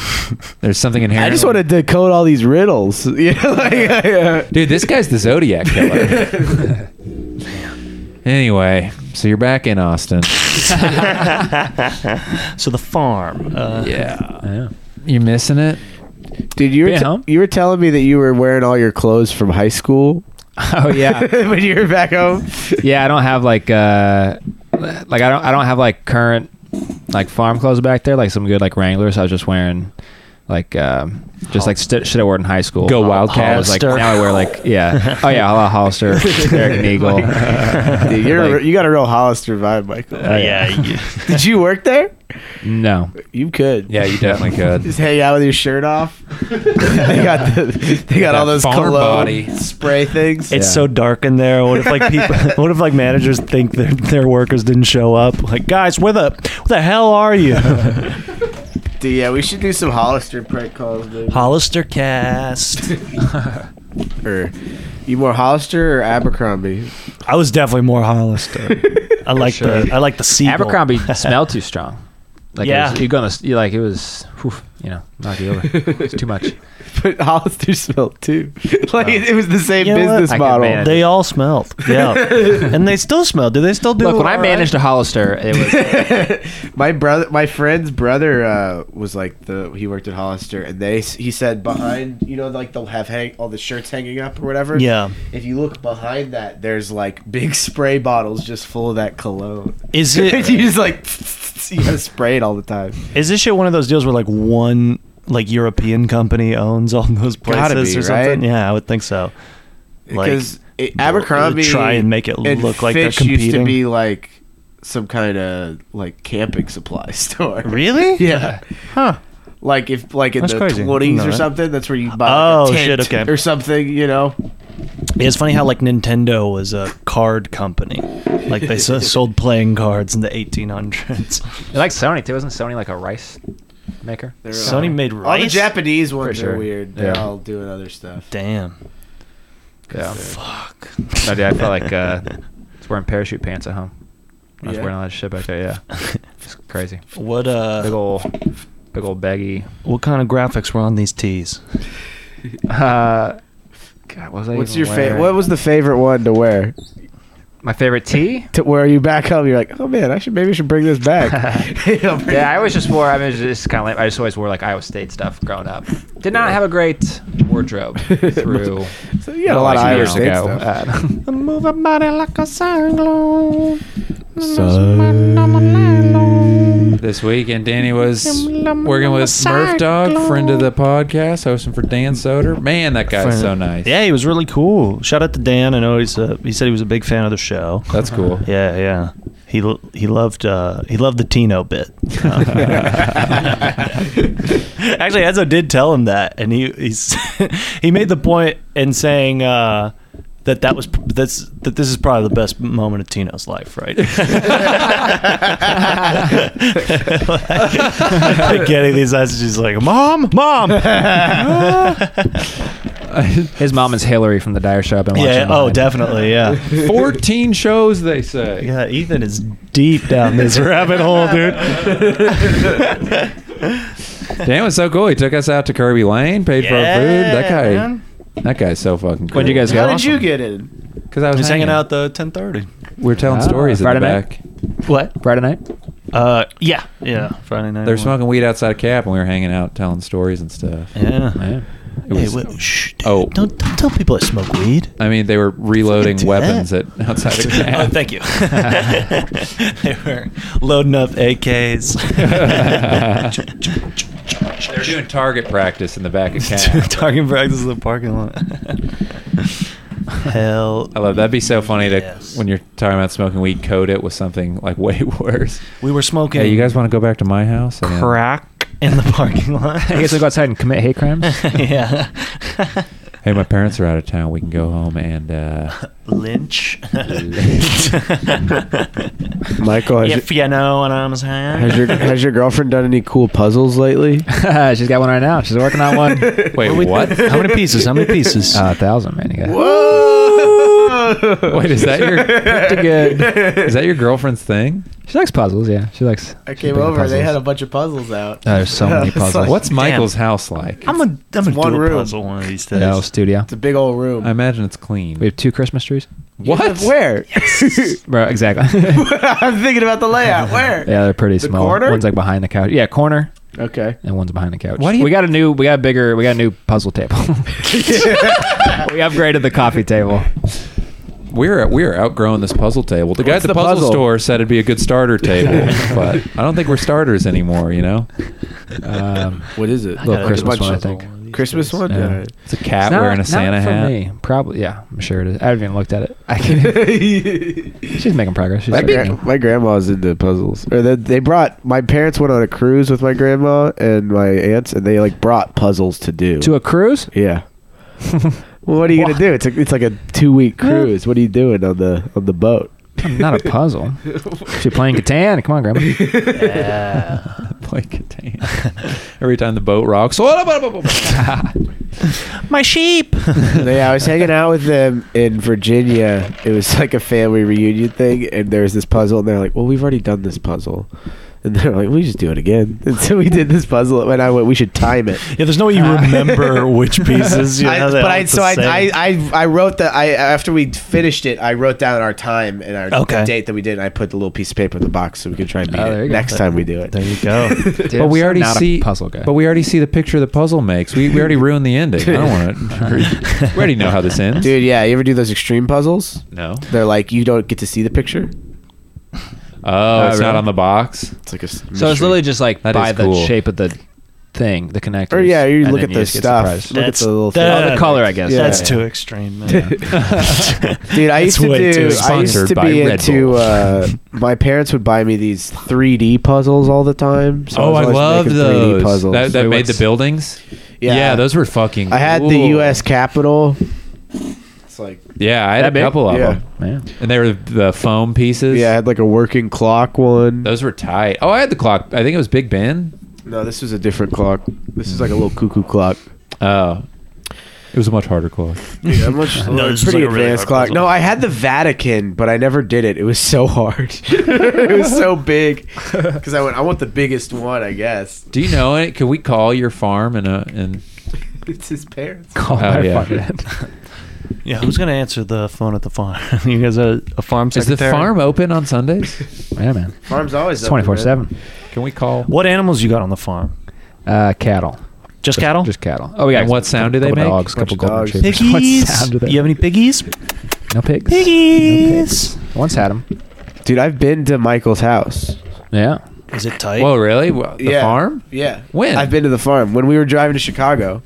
*laughs*
There's something inherent.
I just want to decode all these riddles. *laughs* You know, *laughs* like,
Dude, this guy's the Zodiac killer.
*laughs*
anyway, so you're back in
*laughs*
Austin.
*laughs* so the farm. Uh,
Yeah.
yeah.
You missing it?
Dude, you were,
Being
te-
home?
you were telling me that you were wearing all your clothes from high school
Oh yeah.
*laughs*
*laughs*
when you were back home.
yeah, I don't have like uh like I don't I don't have like current like farm clothes back there, like some good like Wranglers. I was just wearing like um just like st- shit I wore in high school.
Go
Hol-
Wildcats.
I was, like
Hollister.
now I wear like *laughs* yeah. Oh yeah, a lot of Hollister, American Eagle. *laughs*
Dude, you're
Like-
you got a real Hollister vibe, Michael.
*laughs* yeah.
*laughs* Did you work there?
No.
You could.
Yeah, you definitely could.
*laughs* Just hang out with your shirt
*laughs*
off. they got the, they got
That
all those
farm
cologne
body.
spray things.
It's so dark in there. What if like
*laughs*
people? what if like managers think their their workers didn't show up? Like guys, where the where the hell are
*laughs*
you? *laughs*
*laughs* Dude, yeah, we should do some Hollister prank calls, dude.
Hollister cast.
Or- you more Hollister or Abercrombie? *laughs*
I was definitely more Hollister. I like the I like the seagull. *laughs*
Abercrombie smelled too strong. Like
Yeah.
it was, you're gonna you like it was whew, you know, knock you over. It's too much.
But Hollister smelled too. *laughs* like it, it was the same
You know what?
business
I could
model.
manage.
They all smelled. Yeah,
*laughs*
and they still smell. Do they still do?
*laughs* Look, when I
all right?
managed a Hollister, it was
*laughs* my brother, my friend's brother uh, was like the he worked at Hollister, and they s- he said behind you know like they'll have hang all the shirts hanging up or whatever.
Yeah.
If you look behind that, there's like big spray bottles just full of that cologne. *laughs*
is
you
it
just like *laughs* you gotta spray it all the time.
is this shit one of those deals where like one like European company owns all *laughs* those places
Gotta be,
or something?
right?
Yeah, I would think so. Like
Because it- Abercrombie
try and make it
and
look like they're
Fitch used to
competing.
be like some kind of like camping supply *laughs* store.
*laughs*
really?
Yeah.
Huh.
Like if like in
That's
the
crazy. Didn't
twenties
know
or
that.
something, that's where you buy like,
Oh,
a tent
shit, okay.
or something, you know.
Yeah, It's funny how like Nintendo was a card company. Like they s-
*laughs*
sold playing cards in the 1800s.
I *laughs* like Sony too. Wasn't Sony like a rice maker?
They're, uh,
Sony made
all
rice.
the Japanese ones
sure.
are weird. They're
Yeah.
all doing other stuff.
Damn.
Yeah.
Fuck.
No, dude, I felt like uh, I was wearing parachute pants at home. I was
Yeah?
wearing all that shit back there. Yeah, *laughs* it's crazy.
*laughs* What
Big
uh?
ol' big ol' baggy.
What kind of graphics were on these tees?
Uh, God, what was I
What's
even
your favorite? What
wearing?
was the favorite one to wear?
my favorite tee?
To where you back home, you're like, oh man, I should maybe I should bring this
*laughs*
back. You know, bring-
*laughs* Yeah, I always just wore. I mean, it's just kind of. Lame. I just always wore like Iowa State stuff growing up. Did not have a great wardrobe *laughs* through.
so you got a lot of
like,
Irish State
years ago.
stuff.
Uh, *laughs*
Move a body like a cyclone.
*laughs* This weekend, Danny was working with Smurf Dog, friend of the podcast, hosting for Dan Soder. Man, that guy's so nice.
Yeah, he was really cool. Shout out to Dan. I know he's a, he said he was a big fan of the show.
*laughs*
That's cool.
*laughs* Yeah, yeah. He l- he loved uh, he loved the
*laughs*
Tino bit. Actually, *laughs* Enzo did tell him that, and he he's, he made the point in saying uh, that that was that's that this is probably the best moment of Tino's
*laughs*
life, right? *laughs* Getting these messages like, "Mom, mom."
*laughs*
*laughs*
His mom is Hillary from the Dire Shop. And
yeah.
Watchmen.
Oh, definitely. Yeah.
14 shows, they say.
Yeah. Ethan is deep
*laughs*
down this rabbit hole, dude.
Damn, it was so cool. He took us out to Kirby Lane, paid for our food. That guy, that guy's so fucking cool.
When'd you guys
How
go?
did you get in?
Because I was
He's hanging out the 10:30.
We are telling
Ah,
stories in the
Friday night?
back.
What?
Friday night? *laughs*
Uh, yeah, yeah. Friday night.
They were smoking weed outside a cap, and we were hanging out telling stories and stuff.
Yeah.
Yeah.
It was-
hey, wait, shh, dude,
Oh.
don't, don't tell people I smoke weed.
I mean, they were reloading
do
weapons
that.
at outside
*laughs*
a cap. *laughs*
Oh, thank you. they were loading up *laughs* AKs.
*laughs* They're doing target practice in the back of
*laughs*
cap.
Target practice in the parking lot. Hell,
I love that'd be so funny
Yes.
to when you're talking about smoking weed, coat it with something like way *laughs* worse.
we were smoking.
Hey, you guys want to go back to my house? And then-
crack in the
*laughs*
parking lot?
I guess I go outside
*laughs*
and commit hate *laughs* crimes.
yeah.
Hey, my parents are out of town. We can go home and uh,
*laughs* Lynch.
Michael, has
if you know what I'm saying.
Has your has your girlfriend done any cool puzzles lately?
*laughs* She's got one right now. She's working
*laughs*
on one.
wait. What?
How many pieces? How many pieces?
*laughs* Uh, a thousand, man. You got
Whoa!
Wait, is that your
pretty good.
*laughs*
is that your girlfriend's thing?
She likes puzzles. Yeah, she likes.
I
she's
came
big on
over. They
puzzles.
had a bunch of puzzles out.
Oh, there's
*laughs*
so many
It's like-
puzzles.
What's
Damn.
Michael's house like?
*laughs* I'm gonna, I'm gonna
one
do a
room.
puzzle one of these days.
No studio.
It's a big old room.
I imagine it's clean.
We have two Christmas trees.
what?
*laughs*
Where?
Bro, exactly. yeah,
*laughs* I'm thinking about the
*laughs*
layout. Where?
they're pretty
The
small.
corner?
One's like behind the couch. Yeah, corner, *laughs*
Okay.
and one's behind the couch.
Why do you-
we got a new. We got a bigger. We got a new puzzle
*laughs*
table. we upgraded the coffee table.
We're we're outgrowing this puzzle table. The guy at the,
the
puzzle,
puzzle?
store said it'd be a good starter table, but I don't think we're starters anymore. You know,
*laughs*
*laughs*
Um,
What is it?
little
gotta
Christmas
bunch
one, I
of
think.
Christmas one?
Yeah.
Alright.
it's a cat
Not-
wearing a
not
Santa
for
hat.
me. Probably. Yeah, I'm sure it is. I haven't even looked at it.
*laughs*
I can, she's making progress. She's
*laughs* My,
doing
gra- my grandma's into puzzles. Or they, they brought my parents went on a cruise with my grandma and my aunts, and they like brought puzzles to do.
it. to a cruise.
*laughs*
yeah. well, what are you gonna do? It's a, it's like a two week cruise. What are you doing on the on the
*laughs*
boat?
Not a puzzle. She playing Catan. Come on, Grandma. *laughs*
Play contain. Every time the boat rocks. That's
*laughs*
My sheep.
yeah, I was hanging out with them in Virginia. It was like a family reunion thing, and there was this puzzle, and they're like, "Well, we've already done this puzzle," and they're like, "We just do it
*laughs*
again." And so we did this puzzle, and I went, "We should time *laughs* it."
Yeah, there's no way you *laughs* remember which pieces.
*laughs*
You
I,
know, they
but
all
I
look
so
the
I,
same.
I I I wrote the I after we finished it I wrote down our time and our
Okay.
the date that we did and I put the little piece of paper in the box so we could try and beat
Oh, there you
it
go.
next time we do it.
there you
*laughs*
go.
Dude,
But we
I'm
already
not
see-
a puzzle guy.
But we already see the picture the puzzle makes. We, we
*laughs*
already ruined the ending. I don't want to. We already know how this ends.
Dude, yeah, you ever do those extreme puzzles?
No.
They're like you don't get to see the picture.
Oh, it's not
really?
on the box.
It's like a s-
so it's
mystery.
literally just like
That
by
is
the
cool.
shape of the thing, the connector.
Or yeah, you look at the stuff. Look at
That's-
the little
that-
thing.
oh, the color, I guess.
Yeah.
That's too
*laughs*
extreme. Man.
Dude, I
That's
used to
way too
do. I
sponsored
used to
by
be
Red
into.
Bull.
*laughs* Uh, my parents would buy me these 3D puzzles all the time. So
oh, I,
was always
love
making
those.
3D puzzles.
That, that
Wait,
made
what's-
the buildings. Yeah. those were fucking.
I had the
cool.
U.S. Capitol. It's like
Yeah, I had
That
a
big?
couple of
Yeah.
them,
Man.
and they were the foam pieces.
yeah, I had like a working clock one.
those were tight. Oh, I had the clock. I think it was Big Ben.
No, this was a different clock. This is like a little cuckoo clock.
Oh, it was a much harder clock.
Yeah, much,
No, this is
pretty
like a really
advanced
hard
clock.
puzzle.
No, I had the Vatican, but I never did it. It was so hard. *laughs* it was so big because I went. I want the biggest one, I guess.
Do you know it? Could we call your farm and uh and
It's his parents.
Call
Oh,
my
yeah.
fucking-
yeah, who's gonna answer the phone at the farm? *laughs* you guys are a farm
is the
secretary.
farm open on Sundays?
*laughs* yeah, man.
Farm's always
It's 24 7.
Can we call?
What animals you got on the farm?
Uh, cattle.
Just cattle.
Just cattle. Oh, yeah.
And what sound do they
couple
make?
Dogs,
Bunch
couple
of
golden
dogs.
retrievers. What sound do they
You have any piggies?
No pigs.
Piggies.
I once had them.
Dude, I've been to Michael's house.
Yeah.
Is it tight?
Whoa, really? Wha- The
Yeah.
farm?
Yeah.
When?
I've been to the farm. When we were driving to Chicago,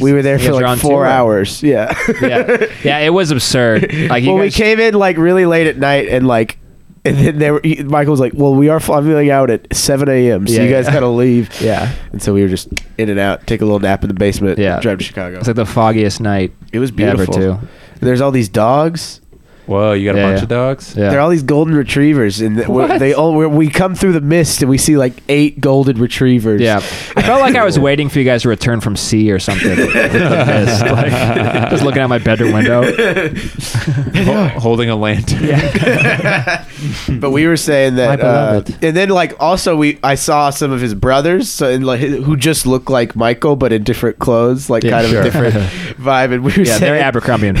we were there for
You guys were on
like four
tour.
hours. Yeah. *laughs*
Yeah. Yeah, it was absurd. Like, you
well, we
guys-
came in like really late at night and like. And then there, he- Michael was like, "Well, we are flying out at 7 a.m., so
Yeah,
you guys
yeah.
gotta leave."
Yeah.
And so we were just in and out, take a little nap in the basement,
Yeah.
drive to Chicago.
It's like the foggiest night
It was
ever,
beautiful.
too.
There's all these dogs.
Whoa, you got a
Yeah,
bunch
yeah.
of dogs?
Yeah.
They're all these golden retrievers, and th- we're, they all we're, we come through the mist and we see like eight golden retrievers.
Yeah, I felt like
*laughs*
I was waiting for you guys to return from sea or something. With the mist, like, just looking out my
*laughs*
bedroom window.
Ho- holding a lantern.
But we were saying that,
My
uh,
beloved.
and then like also we I saw some of his brothers, so and like who just look like Michael but in different clothes, like
Yeah,
kind
sure.
of a
*laughs*
different vibe. And we were
Yeah, they're
saying,
Abercrombie and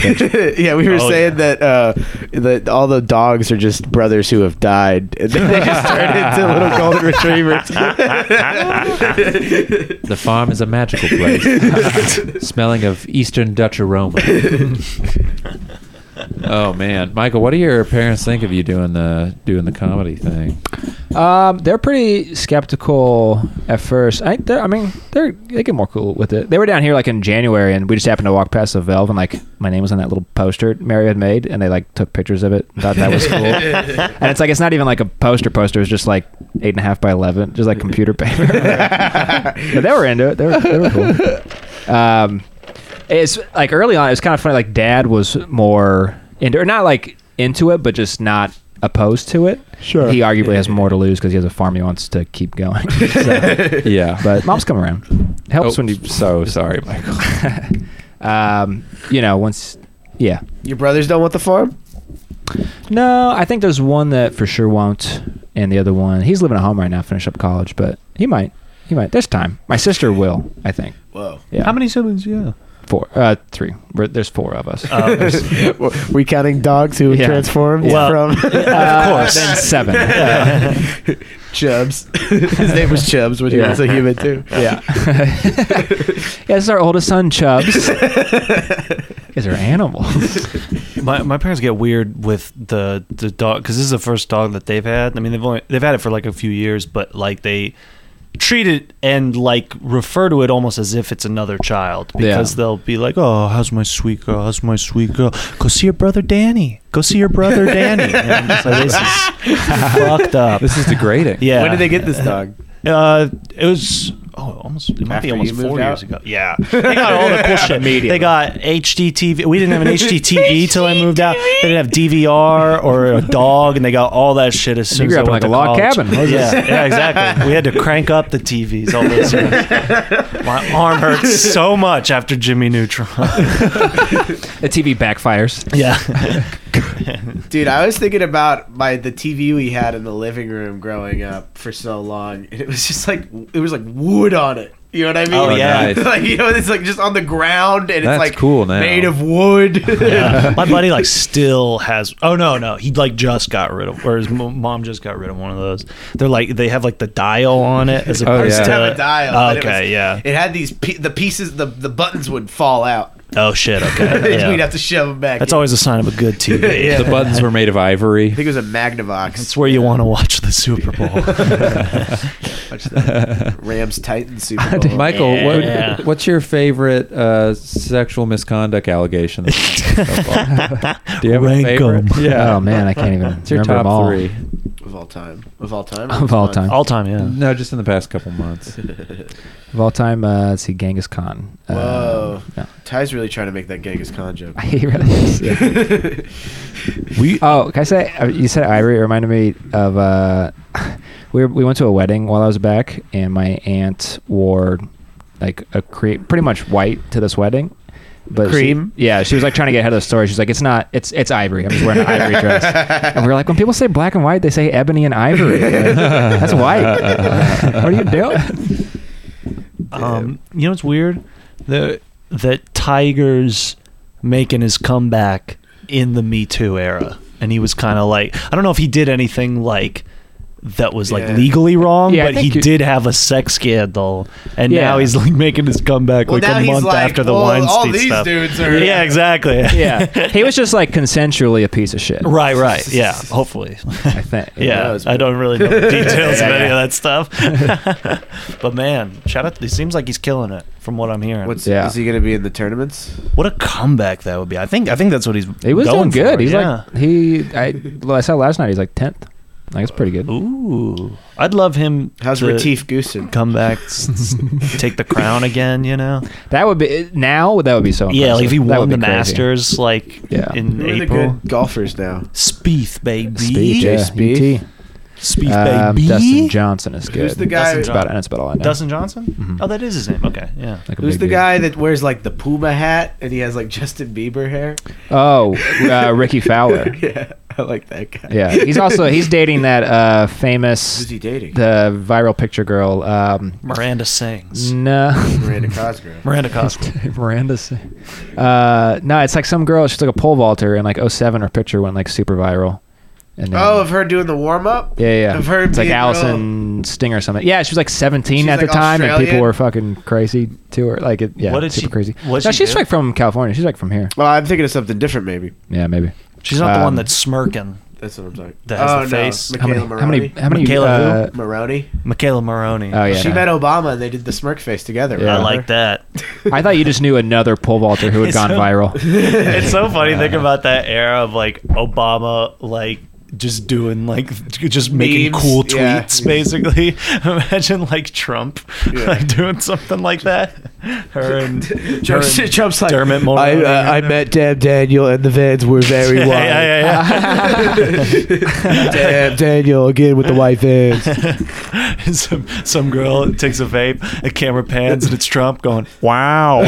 *laughs*
Fitch.
yeah, we were saying that uh, that all the dogs are just brothers who have died, and then they just turned into little golden retrievers.
*laughs* The
*laughs*
farm is a magical
*laughs*
place, smelling of Eastern Dutch aroma. oh man, Michael, what do your parents think of you doing the doing the comedy thing?
Um, they're pretty skeptical at first. I, think they're, I mean, they're they get more cool with it. They were down here like in January, and we just happened to walk past the Valve, and like my name was on that little poster Mary had made, and they like took pictures of it. and Thought that was cool. and it's like it's not even like a poster poster. It's just like eight and a half by eleven, just like computer paper. but they were into it. They were, they were cool. Um, it's like early on, it was kind of funny. Like dad was more into, or not like into it, but just not opposed to it. Sure. He arguably has more to lose because he has a farm he wants to keep going. So,
Yeah,
but mom's come around. Helps when you.
so sorry, Michael.
*laughs* Um, you know, once. Yeah.
*laughs* Your brothers don't want the farm.
No, I think there's one that for sure won't, and the other one he's living at home right now, finish up college, but he might. He might. There's time. My sister will. I think
Whoa,
Yeah.
How many siblings? Yeah.
four, uh, three. We're, there's four of us.
Oh, *laughs*
*laughs*
we counting dogs who
Yeah.
transformed
Um, *laughs* Well-
from uh,
of course. Then seven.
*laughs* Chubs. *laughs* His name was Chubs when he
Yeah.
was a human
*laughs*
too. *laughs*
Yeah. *laughs* yeah, this is our oldest son, Chubbs. *laughs* These are *laughs* animals.
My, my parents get weird with the the dog because this is the first dog that they've had. I mean, they've only they've had it for like a few years, but like they treat it and like refer to it almost as if it's another child because
Yeah.
they'll be like, "Oh, how's my sweet girl? How's my sweet girl? Go see your brother Danny. Go see your
*laughs*
brother Danny." And I'm just like, this is fucked up.
This is
*laughs*
degrading.
Yeah.
When did they get this dog?
Uh, it was oh, almost it might be
After
almost
you moved
four
out?
years ago. Yeah, they got all the cool shit. *laughs*
Immediately.
They got HDTV. We didn't have an HDTV till I moved out. They didn't have DVR or a dog, and they got all that shit as soon as
grew
I
up in
went
like
to
a log
college.
cabin. What was
Yeah,
this?
yeah, exactly. We had to crank up the TVs all those years. My arm hurts so much after Jimmy Neutron.
The TV backfires.
*laughs* yeah,
Dude, I was thinking about my the TV we had in the living room growing up for so long, and it was just like it was like wood on it. You know what I mean?
Oh, yeah.
*laughs* like you know, it's like just on the ground, and
That's
it's like
cool now.
made of wood. *laughs*
my buddy like still has. Oh no, no, he like just got rid of, or his mo- mom just got rid of one of those. They're like they have like the dial on it as
Oh,
opposed
yeah.
to
Have a dial,
Oh,
but it
okay,
was-
yeah.
It had these pe- the pieces the the buttons would fall out.
Oh shit.
*laughs*
Okay. Yeah.
We'd have to shove them back.
That's
in.
always a sign of a good TV.
*laughs* Yeah.
The buttons were made of ivory.
I
*laughs*
think it was a Magnavox.
That's where you want to watch the
*laughs*
Super Bowl.
*laughs* Watch that. Rams Titans Super Bowl.
Michael,
Yeah.
what, what's your favorite uh, sexual misconduct
*laughs*
allegation? that's happened so far? *laughs* Do you have
Rank
a favorite?
*laughs*
'em.
Yeah,
Oh man, I can't even.
it's your
remember them
top
all.
three.
of all time. Of all time.
Of all
*laughs*
time.
All time, yeah.
No, just in the past couple
*laughs*
months.
Of all time, uh, let's see, Genghis Khan. Uh,
Whoa.
no.
Ty's really trying to make that Genghis Khan joke.
*laughs* He really
*laughs*
is, *laughs* yeah.
We
Oh, can I say uh, you said ivory? It reminded me of uh, *laughs* we were, we went to a wedding while I was back, and my aunt wore like a cream, pretty much white to this wedding. But she-
Cream?
yeah, she was like trying to get ahead of the story. She's like, "It's not, it's it's ivory. I'm just wearing an ivory dress." And we were like, "When people say black and white, they say ebony and
*laughs*
ivory. Like, that's white. *laughs* what are you doing?"
um you know what's weird? The that Tiger's making his comeback in the Me Too era. And he was kinda like I don't know if he did anything like that was like
Yeah.
legally wrong,
Yeah, I
but he
think you-
did have a sex scandal, and
Yeah.
now he's like making his comeback
Well, now
like a
he's
month
like,
after the
well,
Weinstein
all these
stuff.
dudes are-
yeah, exactly. *laughs*
Yeah, he was just like consensually a piece of shit.
Right, right.
*laughs*
Yeah, hopefully.
I think.
*laughs* Yeah,
knows,
I
man?
don't really know the
*laughs*
details of any of that stuff. *laughs* but man, shout out! It seems like he's killing it from what I'm hearing.
What's
Yeah.
is he gonna be in the tournaments?
what a comeback that would be! I think I think that's what he's.
He was
going
doing good.
For.
He's
yeah.
like he. I, well, I saw last night. He's like tenth. Like it's pretty good.
Ooh, I'd love him.
How's
to
Retief Goosen?
*laughs* Come back, s- s- take the crown again. You know,
That would be now. That would be so.
yeah, like if he
impressive. That
won
would
the
be crazy.
Masters, like
Yeah.
in
Who are the
April.
good golfers now?
Spieth, baby.
Speed, yeah,
Speed.
UT.
Spieth,
Um,
baby.
Dustin Johnson is good.
Who's the guy?
Dustin
That's about, that's about all I know.
Dustin Johnson? Oh, that is his name. Okay, yeah.
Like a
Who's
big
the
dude.
guy that wears like the Puma hat and he has like Justin Bieber hair?
Oh, uh, Ricky Fowler.
*laughs* yeah, I like that guy.
Yeah, he's also
*laughs*
he's dating that uh, famous
Who's he dating?
the viral picture girl. Um,
Miranda sings.
Mm-hmm. no,
Miranda Cosgrove.
Miranda
*laughs*
Cosgrove.
Miranda. Sa- Uh, no, it's like some girl. She's like a pole vaulter, and like 07 her picture went like super viral. And then-
Oh, of her doing the warm up.
yeah, yeah.
I've heard
it's like
being real-
Allison Sting or something. Yeah, she was like 17
She's,
at the
like,
time, and people
Australian?
were fucking crazy to her. Like, it, yeah,
What did
super
she-
crazy.
what'd
no,
she
she's
do?
like from California. She's like from here.
Well, I'm thinking of something different, maybe.
Yeah, maybe.
She's not the
Um,
one that's smirking.
That's what I'm talking. Oh,
That has the face.
No.
How many?
Michaela
How many?
Maroney.
How many?
Michaela who?
uh,
Maroney.
Michaela Maroney.
oh yeah,
she
no.
met Obama and they did the smirk face together.
Yeah.
I
remember?
like that.
I thought you just knew another pole vaulter who
*laughs*
had
It's
gone
*laughs*
so-
viral. *laughs* Oh.
it's so funny thinking about that era of like Obama, like just doing like just making
Memes,
cool
yeah.
tweets basically *laughs* imagine like trump *laughs* like doing something like that her and, her
*laughs* Trump's,
and
Trump's like.
dermot Mulroney
I, uh, I
or
met Damn Daniel and the Vans were very
whatever.
wild.
yeah, yeah,
*laughs*
yeah.
Damn Daniel again with the white
*laughs*
Vans.
some some girl takes a vape, a camera pans, and it's Trump going, "Wow."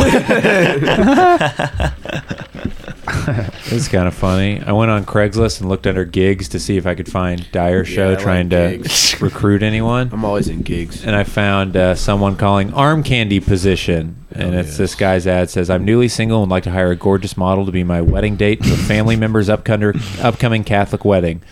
*laughs*
It's kind of funny. I went on Craigslist and looked under gigs to see if I could find Dire Show
I like
trying
gigs.
to *laughs* recruit anyone.
I'm always in gigs.
And I found uh, someone calling arm candy position.
Oh,
And it's this guy's ad says, I'm newly single and would like to hire a gorgeous model to be my wedding date to a
*laughs*
family member's upcunder, upcoming Catholic wedding.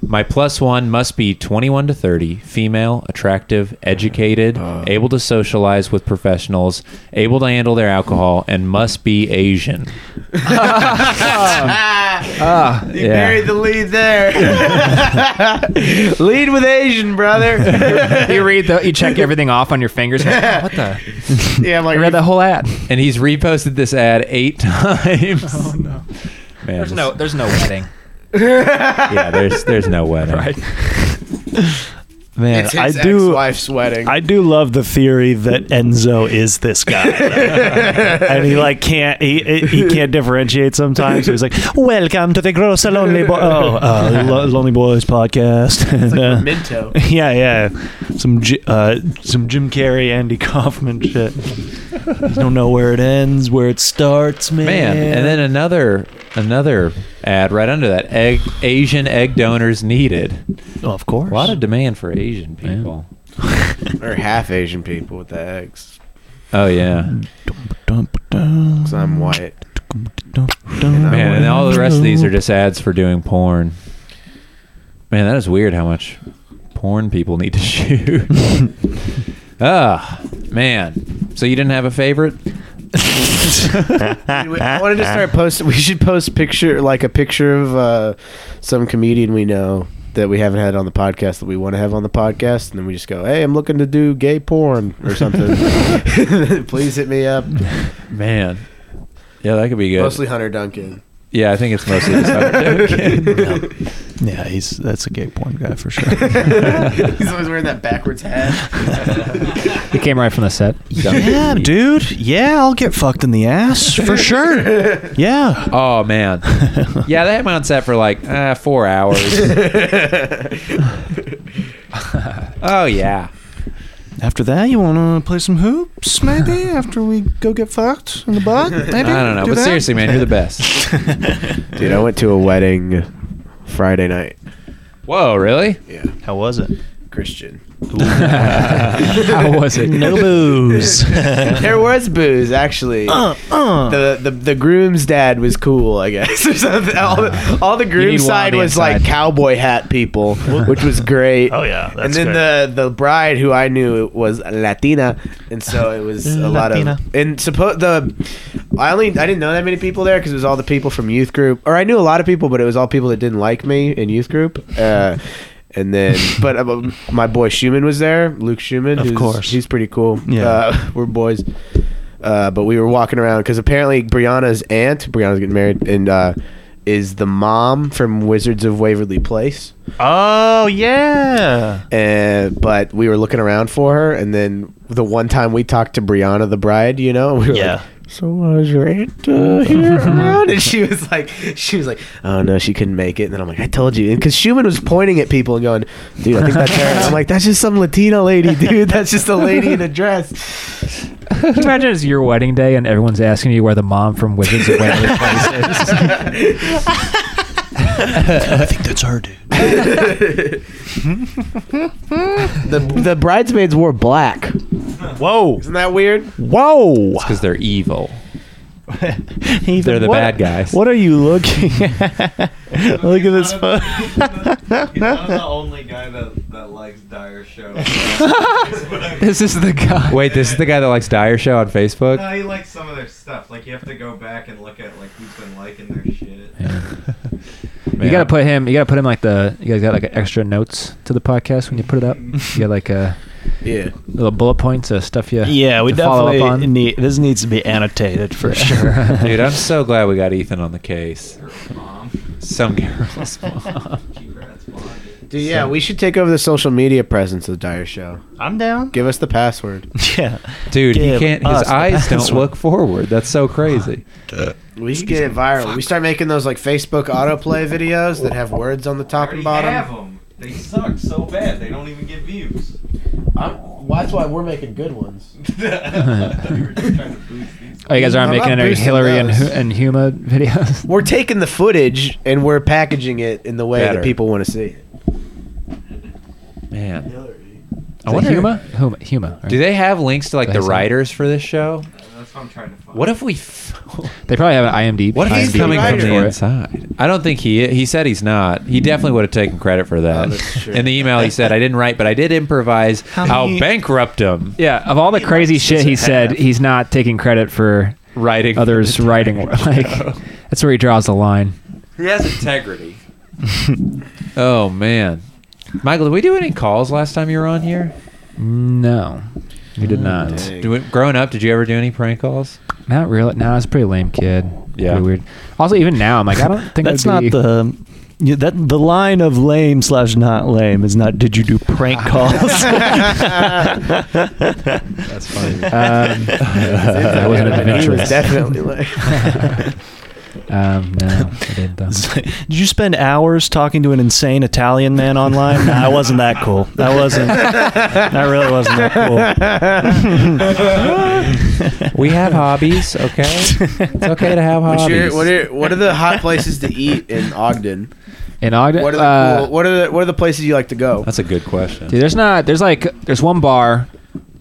My plus one must be 21 to 30, female, attractive, educated,
Oh.
able to socialize with professionals, able to handle their alcohol, and must be Asian.
Ah,
You buried the lead there. *laughs* lead with Asian, brother.
*laughs* you read the, you *laughs*
*laughs*
check everything off on your fingers. Like, what the? *laughs*
yeah, I'm
I
like,
read the whole ad.
And he's reposted this ad eight *laughs* times. Oh no, man!
There's
this-
no, there's *laughs* no wedding,
*laughs* yeah.
*laughs*
There's there's no wedding.
right?
Man,
it's
I
his
do.
ex-wife's wedding.
I do love the theory that Enzo is this guy, and he like can't he he he can't differentiate sometimes. He's like, "Welcome to the Gross and Lonely Boy, oh, uh, Lo- Lonely Boys podcast." *laughs* And, uh,
Minto.
yeah, yeah, some J- uh, some Jim Carrey, Andy Kaufman shit. You don't know where it ends, where it starts, man.
Man, and then another another ad right under that. Egg Asian egg donors needed.
oh, of course,
A lot of demand for Asian people.
or half Asian people with the eggs.
Oh yeah,
Cause I'm *laughs* white.
man. And all the rest of these are just ads for doing porn. Man, that is weird how much porn people need to *laughs* shoot. Ah, man. So you didn't have a *laughs*
*laughs*
favorite?
Dude, we- I wanted to start posting. We should post picture like a picture of uh, some comedian we know that we haven't had on the podcast that we want to have on the podcast, and then we just go, "Hey, I'm looking to do gay porn or *laughs* something. Please hit me up."
Man. Yeah, that could be good.
Mostly Hunter Duncan.
Yeah, I think it's mostly just *laughs*
*laughs*
*laughs*
Hunter Duncan.
Yeah, he's that's a gay porn guy for
*laughs*
sure.
He's always wearing *laughs* that backwards hat.
He came right from
*laughs*
the *laughs* set.
yeah, dude. Yeah, I'll get fucked in the ass
*laughs*
for sure. Yeah.
Oh man, yeah, they had me on set for like uh, four hours. oh yeah,
*laughs* After that, you want to play some hoops, maybe? After we go get fucked in the butt, maybe?
I don't know, but seriously, man, you're the
*laughs*
best.
Dude, I went to a wedding Friday night.
Whoa, really?
How was it?
Christian.
*laughs* How was it?
No booze.
There
*laughs*
was booze actually.
Uh.
the, the the groom's dad was cool, I guess. *laughs* or something. all, the, all the groom's
need one on
side
the
was like
inside.
cowboy hat people, which was great.
Oh, yeah,
and
that's
then the the bride who I knew was Latina, and so it was a lot
Latina.
of and suppose the I only I didn't know that many people there because it was all the people from youth group, or I knew a lot of people, but it was all people that didn't like me in youth group. Uh, and then, but uh, my boy Schumann was there, Luke Schumann.
Of
who's-
course.
he's pretty cool.
Yeah.
Uh, we're boys. Uh, but we were walking around because apparently Brianna's aunt, Brianna's getting married, and uh, is the mom from Wizards of Waverly Place.
Oh yeah.
And but we were looking around for her, and then the one time we talked to Brianna, the bride, you know, *laughs* we were
Yeah.
like, "So was your aunt uh,
*laughs*
here around?" And she was like, "She was like, oh no, she couldn't make it." And then I'm like, "I told you," because Schumann was pointing at people and going, "Dude, I think that's her." And I'm like, "That's just some Latina lady,
*laughs*
dude. That's just a lady in a dress."
Can you imagine it's your wedding day and everyone's asking you where the mom from Wizards of
*laughs*
Waverly Place is?
I think that's her, dude.
The the bridesmaids wore black.
Whoa.
Isn't that weird?
Whoa.
because they're
*laughs*
evil.
Ethan,
They're the
what-
bad guys.
What are you looking
*laughs*
at? Look at this photo.
He's not the only guy that, that likes
*laughs*
Dire *laughs* Show.
this is the guy.
Wait, this is
*laughs*
the guy that likes Dire Show on
no,
*laughs*
Facebook.
he likes some of their stuff. Like you have to go back and look at like who's been liking their shit.
You gotta put him. You gotta put him like the. You guys got like extra notes to the podcast when
*laughs*
you put it up. You got like a
Yeah.
little bullet points of stuff you.
Yeah, we
to follow
definitely
up on.
need this needs to be annotated for sure. *laughs*
Dude, I'm so glad we got Ethan on the case. Some *laughs* girls.
*laughs*
Dude, yeah, we should take over the social media presence of the Dire Show.
I'm down.
Give us the password.
Yeah.
Dude, he
Give
can't.
us
His
the
eyes don't
password.
look forward. That's so crazy.
We should get it viral. We start making those like Facebook autoplay videos that have words on the top
They
and
have
bottom.
them. They suck so bad. They don't even get views. *laughs*
that's why we're making good ones.
*laughs*
Oh, you guys aren't
I'm
making
not
any
boosting
Hillary and,
those.
Hu- and Huma videos.
We're taking the footage and we're packaging it in the way
Better.
that people want to see. it.
Man. I
I want
wonder,
Huma. Huma. Huma. Right?
do they have links to like the
Thanks, man.
writers for this show?
That's what I'm trying to find.
What if we? F-
They probably have an IMD.
what if he's
IMDb
coming from
page
writer.
the
for it.
inside? I don't think he. He said he's not. He definitely would have taken credit for
Oh,
that.
that's true.
In the email, he said, "I didn't write, but I did improvise. How,
many-
bankrupt him
Yeah, of all the crazy shit he said, he's not taking credit for
writing for
others
the
writing.
Dire
*laughs* Like
Show.
that's where he draws the line.
He has integrity. oh man, Michael, did we do any calls last time you were on here?
No, he did not.
Do we, growing up, did you ever do any prank calls?
Not really. No, I was a pretty lame kid.
Yeah.
Pretty weird. Also, even now, I'm like, I don't think
That's
I'd
not
be- *laughs*
the you- that the line of lame slash not lame is not did you do *laughs* prank calls? *laughs* That's funny.
*laughs*
Um, I wasn't an
he was
adventurous.
definitely like,
*laughs*
*laughs*
Um, no, I didn't. Though.
Did you spend hours talking to an insane Italian man online? Nah, I wasn't that cool. That wasn't. That really wasn't that
*laughs*
*laughs*
We have hobbies, okay? It's okay to have
What's
hobbies.
your, what, are, what are the hot places to eat in Ogden?
In Ogden,
What are the
uh,
cool, what are the what are the places you like to go?
That's a good question.
dude, there's not. There's like there's one bar,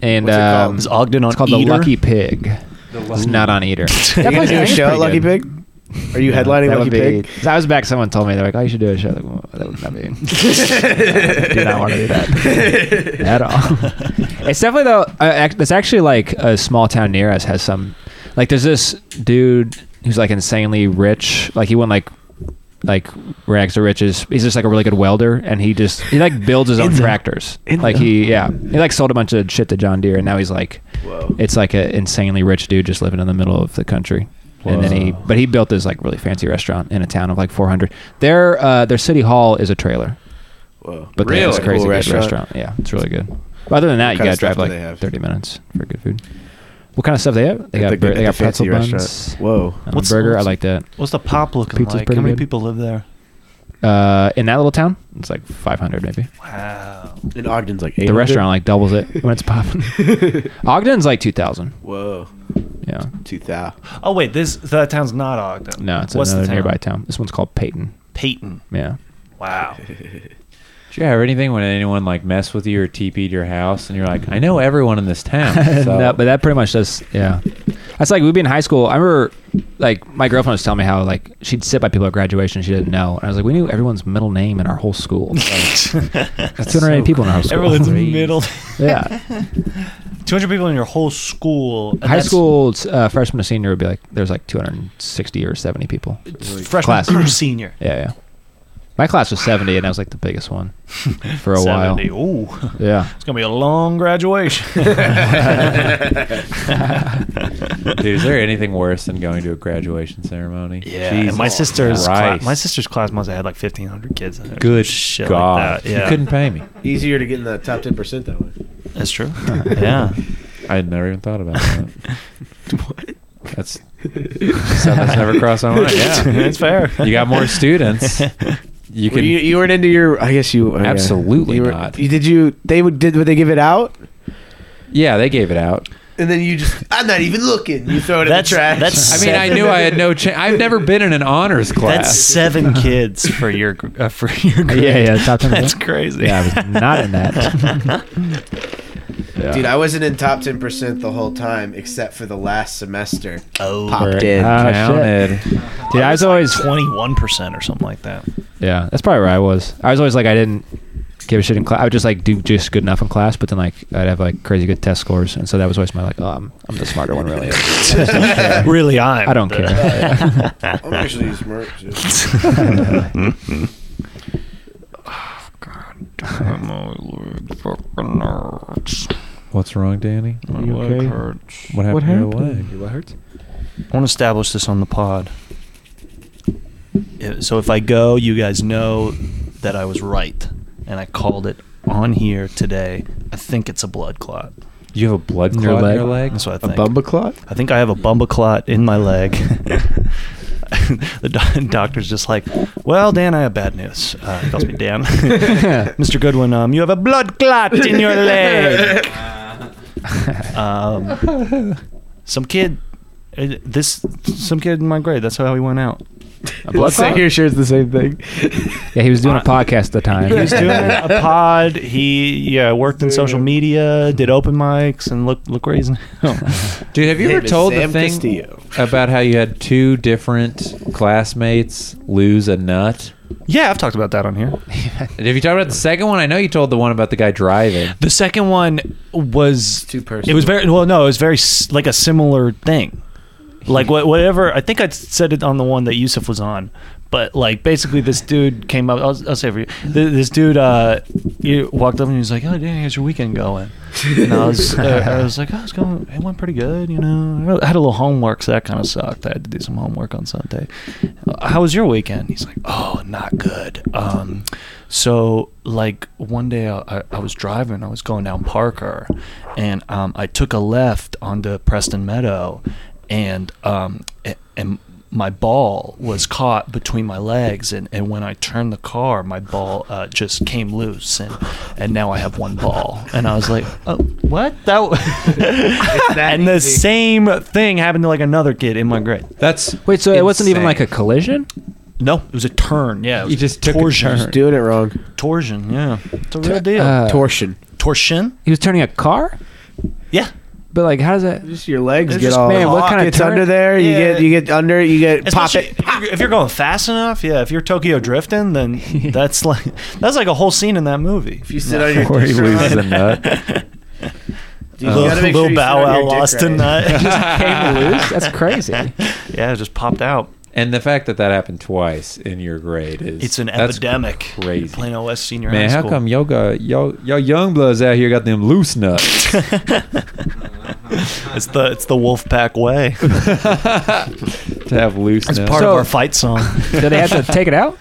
and
What's it called?
um,
Is
cool. Ogden on
it's called the
Eater?
Lucky Pig. it's not
*laughs*
on Eater.
Are you gonna do a show at Lucky Pig? Are you headlining
that
Lucky
would be.
Pig?
*laughs* 'cause I was back. Someone told me they're like, "Oh, you should do a show." Like, well, that would not be.
*laughs*
do not want to do that at all. *laughs* it's definitely though. Uh, act, it's actually like a small town near us has some. Like, there's this dude who's like insanely rich. Like, he won like like rags to riches. He's just like a really good welder, and he just he like builds his own tractors. Like he yeah he like sold a bunch of shit to John Deere, and now he's like it's like an insanely rich dude just living in the middle of the country. And then he,
Whoa.
but he built this like really fancy restaurant in a town of like 400. Their uh, their city hall is a trailer,
Whoa.
but they have this
Really?
crazy
Cool
good
restaurant.
restaurant. Yeah, it's really good. But other than that, you
kind
gotta
of stuff
drive
do they
like
have?
30 minutes for good food. What kind of stuff they have? They
At
got
the
bur-
good- at
they got
the fancy
pretzel buns.
restaurant. Whoa.
um,
What's-
burger,
what's-
I like that.
What's the pop looking
Pizza's
like?
pretty
How many
good.
people live there?
Uh, in that little town, it's like 500 maybe.
Wow.
And Ogden's like
The restaurant like doubles it when it's popping.
*laughs*
Ogden's like 2,000.
Whoa.
Yeah,
Two thou.
Oh wait, this that town's not Ogden.
no, it's
What's the
another
town?
nearby town. This one's called Peyton.
Peyton.
Yeah.
Wow.
Did you ever anything when anyone like messed with you or TP'd your house and you're like, I know everyone in this
*laughs*
town. *laughs* So.
no, but that pretty much does. Yeah, that's like we'd be in high school. I remember, like my girlfriend was telling me how like she'd sit by people at graduation she didn't know, and I was like, we knew everyone's middle name in our whole school. That's 280 people in our school.
Everyone's middle. *laughs*
*laughs* yeah,
200 people in your whole school. and
high
that's
school uh, freshman to senior would be like there's like 260 or 70 people.
Freshman
class.
through senior.
Yeah, yeah. My class was 70, and I was like the biggest one
*laughs*
for a while.
70. Ooh,
Yeah.
*laughs* it's gonna be a
*laughs*
long graduation. *laughs*
Dude, is there anything worse than going to a graduation ceremony?
and my
Jesus
sister's cla-
Christ.
my sister's class must have had like fifteen hundred kids. In it or
Good
some shit
God,
Like that. Yeah,
you couldn't pay me.
Easier to get in the top ten percent that way.
*laughs*
That's true.
*laughs*
yeah,
I had never even thought about that.
*laughs*
what? That's something that's *laughs* never crossed my
*laughs*
mind.
yeah,
Yeah,
that's fair.
you got more
*laughs*
students. You
Well,
can.
you, you weren't into your. I guess you oh, yeah.
Absolutely
You were-
not.
You, did you? They would. Did would they give it out?
yeah, they gave it out.
And then you just. I'm not even looking. You throw it
That's
in the trash. *laughs*
that's.
I mean, I
seven-
knew I had no chance. *laughs* I've never been in an honors
That's
class.
seven kids for your gr- uh, for your grade.
yeah, yeah, top
*laughs*
10%.
That's crazy.
Yeah, I was not in that. yeah.
Dude, I wasn't in top ten percent the whole time except for the last semester.
*laughs* oh,
Popped in.
Ah, shit.
counted.
Dude, I was always
twenty-one percent or something like that.
yeah. That's probably where I was. I was always like I didn't give a shit in class. I would just like do just good enough in class, but then like I'd have like crazy good test scores, and so that was always my like oh I'm, I'm the smarter one really. *laughs*
really, I'm.
I don't
the-
care.
*laughs* I'm actually
*laughs*
smart. too.
What's wrong, Danny?
My leg hurts.
What happened
What
to your
happened?
leg?
I want to establish this on the pod. Yeah, So if I go, you guys know that I was right, and I called it on here today. I think it's a blood clot.
You have a blood
In
clot
your
in
leg?
your leg?
That's what I
A
think.
bumba clot?
I think I have a bumba clot in my leg. the do- doctor's just like, "Well, Dan, I have bad news." Uh, he calls me Dan. Mr. Goodwin, um, you have a blood clot in your leg.
*laughs*
Um, some kid, uh, this some kid in my grade. That's how he went out.
A blood
Let's say
clot?
here shares the same thing.
Yeah, he was doing a podcast at the time.
He was doing a pod. He yeah worked in social media, did open mics, and look look where he's now.
Dude, have you
Name
ever
is
told the
Sam
thing
Castillo.
about how you had two different classmates lose a nut?
yeah, I've talked about that on here.
Have you talked about the second one? I know you told the one about the guy driving.
The second one was
too
It was very well. No, it was very s- like a similar thing. Like what, whatever. I think I said it on the one that Yusuf was on, but like basically this dude came up. I'll, I'll say it for you. Th- This dude, uh, you walked up and he was like, "Oh, Danny, how's your weekend going?" And I was, uh, I was like, "Oh, it's going. It went pretty good, you know. I had a little homework, so that kind of sucked. I had to do some homework on Sunday. How was your weekend?" He's like, "Oh, not good. Um, so like one day I, I, I was driving, I was going down Parker, and um, I took a left onto Preston Meadow, and um, a- and my ball was caught between my legs, and, and when I turned the car, my ball uh, just came loose, and, and now I have one ball. And I was like, oh, what? That, w-" *laughs* and the same thing happened to like another kid in my grade.
That's
*laughs*
*laughs*
Wait, so it wasn't even like a
insane.
collision?
No, it was a turn. Yeah, it was
You
a
just took a-
torsion.
you just
Doing it wrong.
torsion. Yeah, it's a real deal.
Uh,
Torsion.
torsion.
he was turning a car,
Yeah.
but like how does that?
Just your legs
It's
get
just-
all.
man, what kind of
gets
turn-
under there? You
Yeah.
get you get under. You get pop
Especially
it.
If you're, if you're going fast enough, yeah. If you're Tokyo
*laughs*
drifting, then that's like that's like a whole scene in that movie.
If you sit on your
Where he
dick right,
loses a
*laughs*
nut.
you
Lil,
gotta make sure
Lil
you sit
Bow
on your
Wow
dick
lost a
right.
nut.
*laughs*
Came loose? That's
*laughs*
crazy.
yeah, it just popped out.
And the fact that that happened twice in your grade is
It's an
that's
epidemic.
crazy.
Plano West Senior
Man,
High
how
School.
come y'all got y'all y'all young bloods out here got them loose
*laughs*
nuts?
*laughs*
*laughs*
It's the it's the Wolfpack way.
to have loose
It's
nuts.
part
So-
of our fight song.
Did they have to take it out?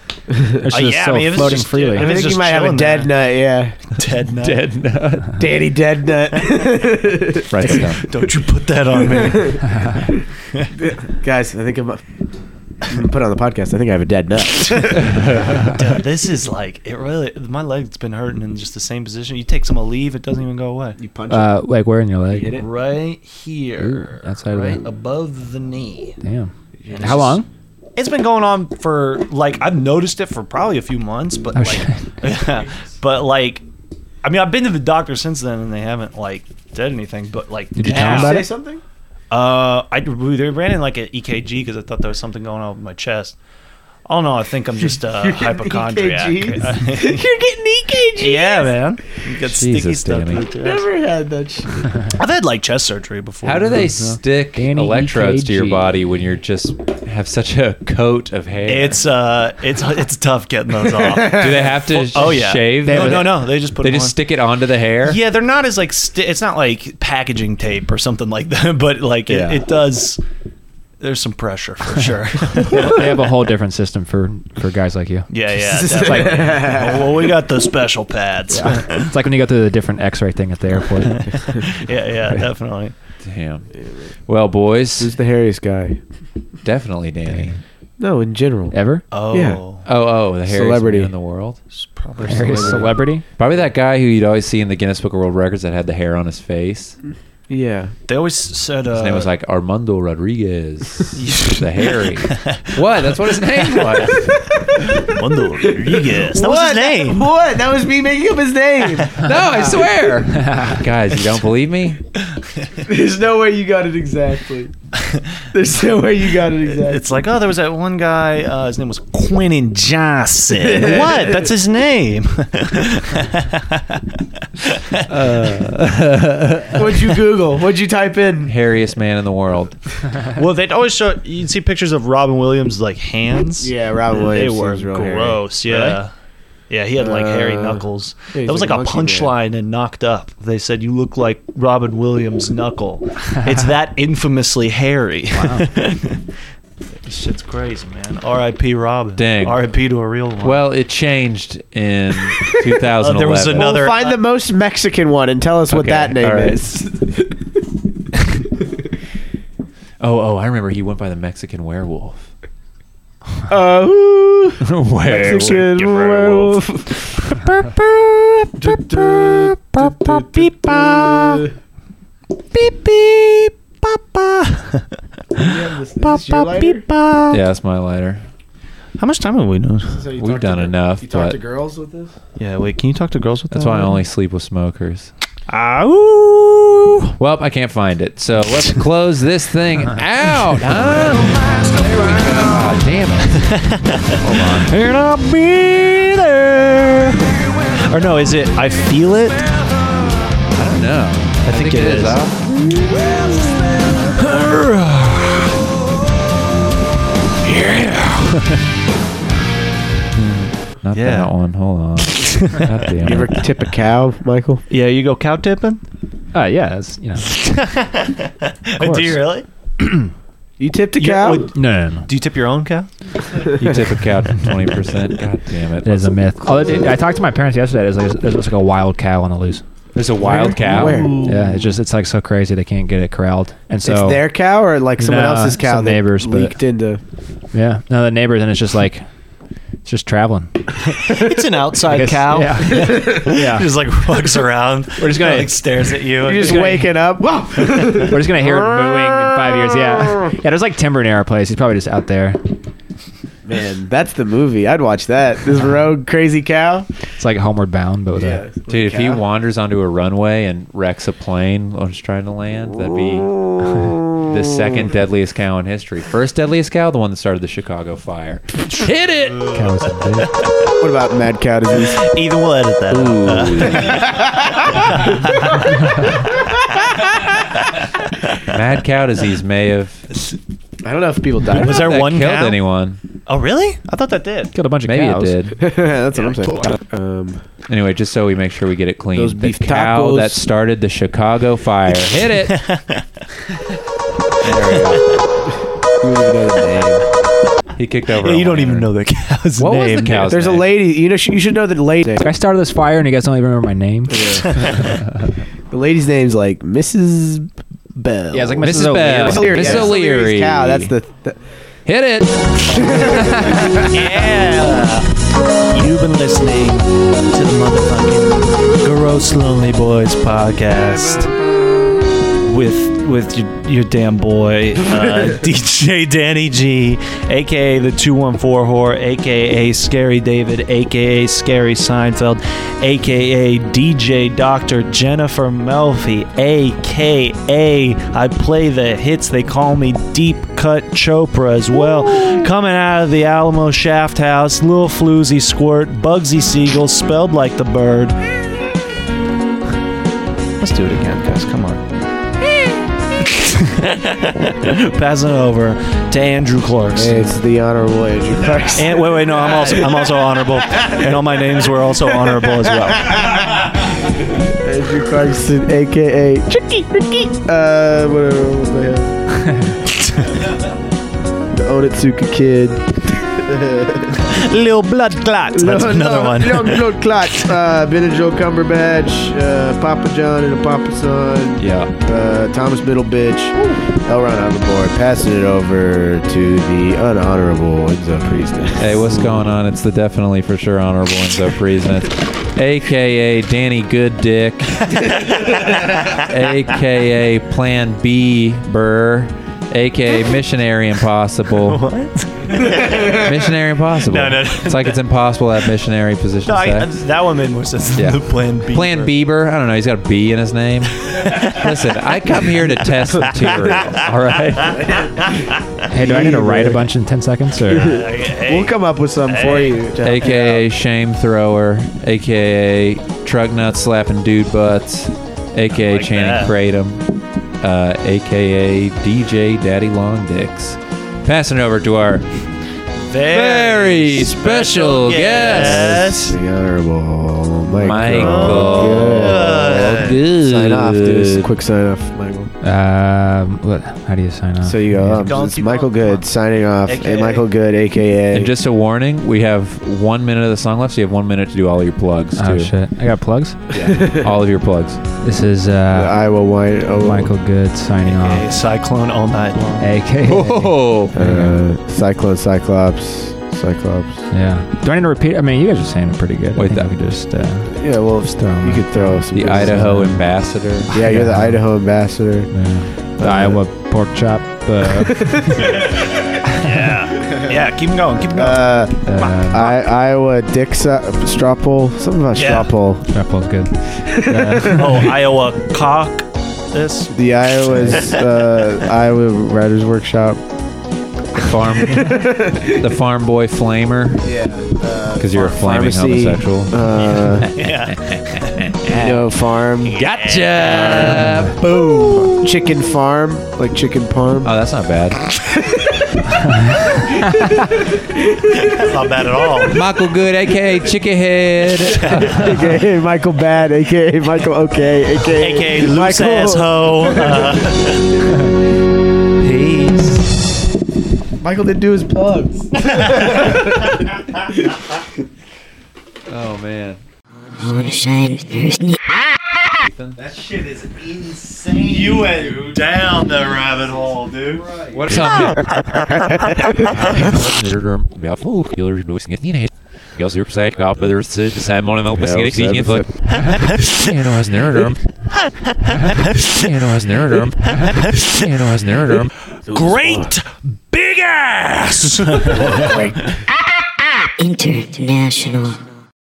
*laughs*
It's
Uh,
just
yeah, I
so
mean, if it's
floating
just-
freely.
I mean,
I
It's
think you
just
might have a
chilling
dead nut.
Dead nut.
dead nut.
Yeah, daddy dead nut.
Write that down.
*laughs*
Don't you put that on me.
Guys, I think I'm. I'm gonna put it on the podcast. I think I have a dead
*laughs*
nut.
Dude, this is like it really. My leg's been hurting in just the same position. You take some Aleve, it doesn't even go away.
you punch
*laughs* Uh, like where in your leg?
hit it.
Right here,
Ooh, outside of
right
the-
above the knee.
Damn.
And it's
How
just-
long?
It's been going on for like I've noticed it for probably a few months, but
Oh,
like, *laughs* but like, I mean, I've been to the doctor since then, and they haven't like said anything. But like,
Did you tell
now-
them about
Say
it?
something.
E Uh, I we- they ran in like an EKG because I thought there was something going on with my chest. Oh no, I think
*laughs*
I'm just a hypochondriac. *laughs*
E
EKGs? E *laughs* You're getting E EKGs.
yeah, man. You got sticky
Jesus,
stuff.
Danny.
in the chest.
Never had that shit.
I've had like chest surgery
*laughs*
before.
How do they stick
E
Danny
electrodes to your
EKG.
body when you're just have such a coat of hair?
It's uh, it's it's tough getting those off.
do they have to
oh yeah,
shave?
No,
them?
no, no. They just put.
They
them
just
on.
stick it onto the hair.
Yeah, they're not as like sti it's not like packaging tape or something like that, *laughs* but like it,
Yeah.
it does. There's some pressure
*laughs*
for *laughs* sure.
they have a whole different system for for guys like you.
*laughs* yeah, yeah. definitely. Oh, well, we got the special pads. Yeah,
*laughs* It's like when you go through the different X-ray thing at the airport.
*laughs* yeah, definitely.
Damn. Well, boys,
Who's the hairiest guy?
definitely Danny.
No, in general.
Ever?
Oh,
Yeah.
Oh, oh, the hairiest
Celebrity.
man in the world.
it's probably
Celebrity. celebrity?
Probably that guy who you'd always see in the Guinness Book of World Records that had the hair on his face. His
Yeah.
They always said uh,
name was
*laughs*
*laughs* like Armando Rodriguez, the hairy. what? That's what his
*laughs*
name was.
Mundo Rodriguez. That was his name.
What? That was me making up his
*laughs*
name.
No, I swear. *laughs* Guys, you don't believe me?
There's no way you got it exactly.
*laughs*
There's no way you got it exactly.
It's like, oh, there was that one guy. Uh, his name was Quentin Johnson. what? That's his name.
*laughs* Uh.
*laughs*
What'd you Google? What'd you type in?
Hairiest man in the world.
well, they'd always show. You'd see pictures of Robin Williams like hands.
Yeah, Robin Williams.
they were
seems real hairy. Uh,
gross. Yeah. Yeah, he had like hairy knuckles.
yeah, he's
That was like,
like a
a
monkey
punchline in Knocked Up. They said you look like Robin Williams' knuckle. it's
*laughs*
that infamously hairy. *laughs* Shit's crazy, man. R.I.P. Robin.
Dang.
R.I.P. to a real one. *laughs*
Well, it changed *laughs* in 2011.
there was
Well,
another-
find the most Mexican one and tell us what
Okay,
that name
all right.
is.
Oh, oh, I remember he went by the Mexican werewolf.
Oh,
werewolf.
Mexican werewolf.
beep beep, papa.
Papa
Beepa.
Yeah, that's my lighter.
How much time have we done?
We've done enough,
You talk
but
to girls with this?
Yeah, wait. Can you talk to girls with
that's
that
why I
one?
only
*laughs*
sleep with smokers.
Ow.
Well, I can't find it. So let's close this
*laughs*
thing out. Huh? There we go. Aw, damn it.
And I'll be there. Or no, is it I feel it?
I don't know. I,
think it is.
off. Not
Yeah.
that one. Hold
*laughs*
on. God damn
You ever
it.
tip a cow, Michael?
Yeah, you go cow *laughs* tipping?
Uh, yeah, that's, you know.
Do you really?
You tipped a
Yeah,
cow?
would-
No, no, no.
Do you tip your own cow?
You tip a cow twenty
*laughs*
percent. God damn it.
It is a myth. Oh, it- I talked to my parents yesterday. There's like, there's like a wild cow on the loose.
There's a wild cow.
Where?
Yeah, it's just, it's like so crazy they can't get it corralled. And so.
it's their cow or like someone
Nah,
else's cow
some
that
neighbors, but-
leaked into.
Yeah. No, the neighbors, and it's just like, it's just traveling.
It's an outside
Yes,
cow. *laughs*
Yeah.
He just like walks around. We're
just gonna-
like stares at you.
You're just waking up. *laughs* Whoa!
We're just gonna hear it mooing in five years. Yeah, yeah. There's like timber near our place. He's probably just out there.
Man, that's the movie. I'd watch that. This rogue crazy cow.
It's like Homeward Bound, but with a
Dude, if he wanders onto a runway and wrecks a plane while it's trying to land, that'd be the second deadliest cow in history. First deadliest cow, the one that started the Chicago fire. Hit it!
cow. with some dick.
What about mad cow disease?
Ethan will edit that. *laughs*
Mad cow disease may have
I don't know if people die.
Was
I don't know if
there
that
one
killed
cow?
anyone.
Oh, really? I thought that did.
Killed a bunch of
Maybe
cows.
it did.
*laughs* that's what I'm saying.
Um,
Anyway, just so we make sure we get it clean.
Those
the
beef
cow
tacos.
that started the Chicago fire.
*laughs*
Hit it! There we go.
we don't even know the name.
He kicked over.
Yeah,
a
you don't
liner.
even know the cow's
What was
name.
the cow's
There's a
name?
lady. You know, sh- you should know the lady.
I started this fire, and you guys don't even remember my name. *laughs*
The lady's name's like Mrs. Bell.
Yeah, it's like
Mrs.
Mrs.
Bell.
O'Leary.
O'Leary's
Mrs. O'Leary's
cow. That's the. the
Hit it!
Yeah. You've been listening to the motherfucking Gross Lonely Boys podcast. with with your, your damn boy uh, DJ Danny G, aka the two one four whore, aka Scary David, aka Scary Seinfeld, aka DJ Doctor Jennifer Melfi, aka I play the hits. They call me Deep Cut Chopra as well. Coming out of the Alamo Shaft House, Lil Floozy Squirt, Bugsy Siegel, spelled like the bird. *laughs* Let's do it again, guys. Come on. Passing it over to Andrew Clarks.
It's the honorable Andrew Clarkson.
And wait, wait, no, I'm also I'm also honorable, and all my names were also honorable as well.
Andrew Clarkson, aka Tricky Ricky. Uh, whatever else I have. *laughs* the Onitsuka
*laughs*
Kid.
Lil Blood Clots. That's
No,
another
no,
one.
No,
*laughs*
no,
*laughs*
Clot. Uh, Benadryl Cumberbatch, uh, Papa John and a Papa Son,
Yeah.
uh, Thomas Middle Bitch, L. Ron Hubbard, passing it over to the unhonorable Enzo Priestess.
Hey, what's going on? It's the definitely for sure honorable Enzo Friesen, aka Danny Good
*laughs*
Dick, aka Plan B Burr, aka Missionary Impossible. What? missionary Impossible.
No, no, no.
It's like it's impossible to have missionary position
No, I- I-
sex.
that one made more sense than
Yeah.
the Plan B.
Plan Bieber. I don't know. He's got a B in his name. Listen,
*laughs*
I come here to test material. All right.
Hey, do I need to write a bunch in 10 seconds? *laughs* Or?
We'll come up with some for you. to help you out.
AKA Shame Thrower. AKA Truck Nut Slapping Dude Butts. AKA
like that.
Channing Kratom. Uh, AKA DJ Daddy Long Dicks. Passing it over to our very special guest.
the honorable Michael.
Oh,
Michael. Good.
Sign off, dude. Quick sign off, Michael.
Um, what, how do you sign off? Oh,
So you go.
Keep going,
Um, it's
keep
Michael
going, come on.
Good signing off.
AKA.
And Michael Good, aka.
And just a warning, we have one minute of the song left, so you have one minute to do all your plugs,
Oh
too.
shit! I got plugs.
all of your plugs.
This is
the
uh,
Iowa wine. Oh,
Michael Good signing
A
off.
cyclone all night long.
*laughs*
AK.
Oh.
Oh.
Uh, Cyclone, Cyclops, Cyclops.
Yeah. Do I need to repeat? I mean, you guys are saying it pretty good.
Wait,
I think
that-
we could just uh,
Yeah, well,
just throw 'em
you
out.
could throw some.
The
good
Idaho
stuff.
ambassador.
Yeah, you're the Uh, Idaho ambassador.
Yeah. The Iowa pork chop.
*laughs*
Uh,
Yeah, keep 'em going. Keep 'em going.
Uh,
uh,
I, Iowa Dick Sa- Straw Poll. Something about
Yeah.
Straw Poll.
that was good.
oh, Iowa cock. This.
The Iowa's uh, Iowa Writers Workshop. *laughs*
farm the farm boy flamer
Yeah. uh,
because you're a flaming
pharmacy.
homosexual
Uh,
Yeah.
no farm.
gotcha
Boom. Chicken farm, like chicken parm. *laughs*
oh that's not bad
That's not bad at *laughs* all.
michael good aka chicken head
AKA Michael Bad, AKA Michael Okay, AKA,
AKA loose ass hoe. Uh, peace.
Michael didn't do his plugs.
oh man
That shit is insane.
You went down the rabbit hole, dude.
what's up
Great
*laughs*
big ass.
International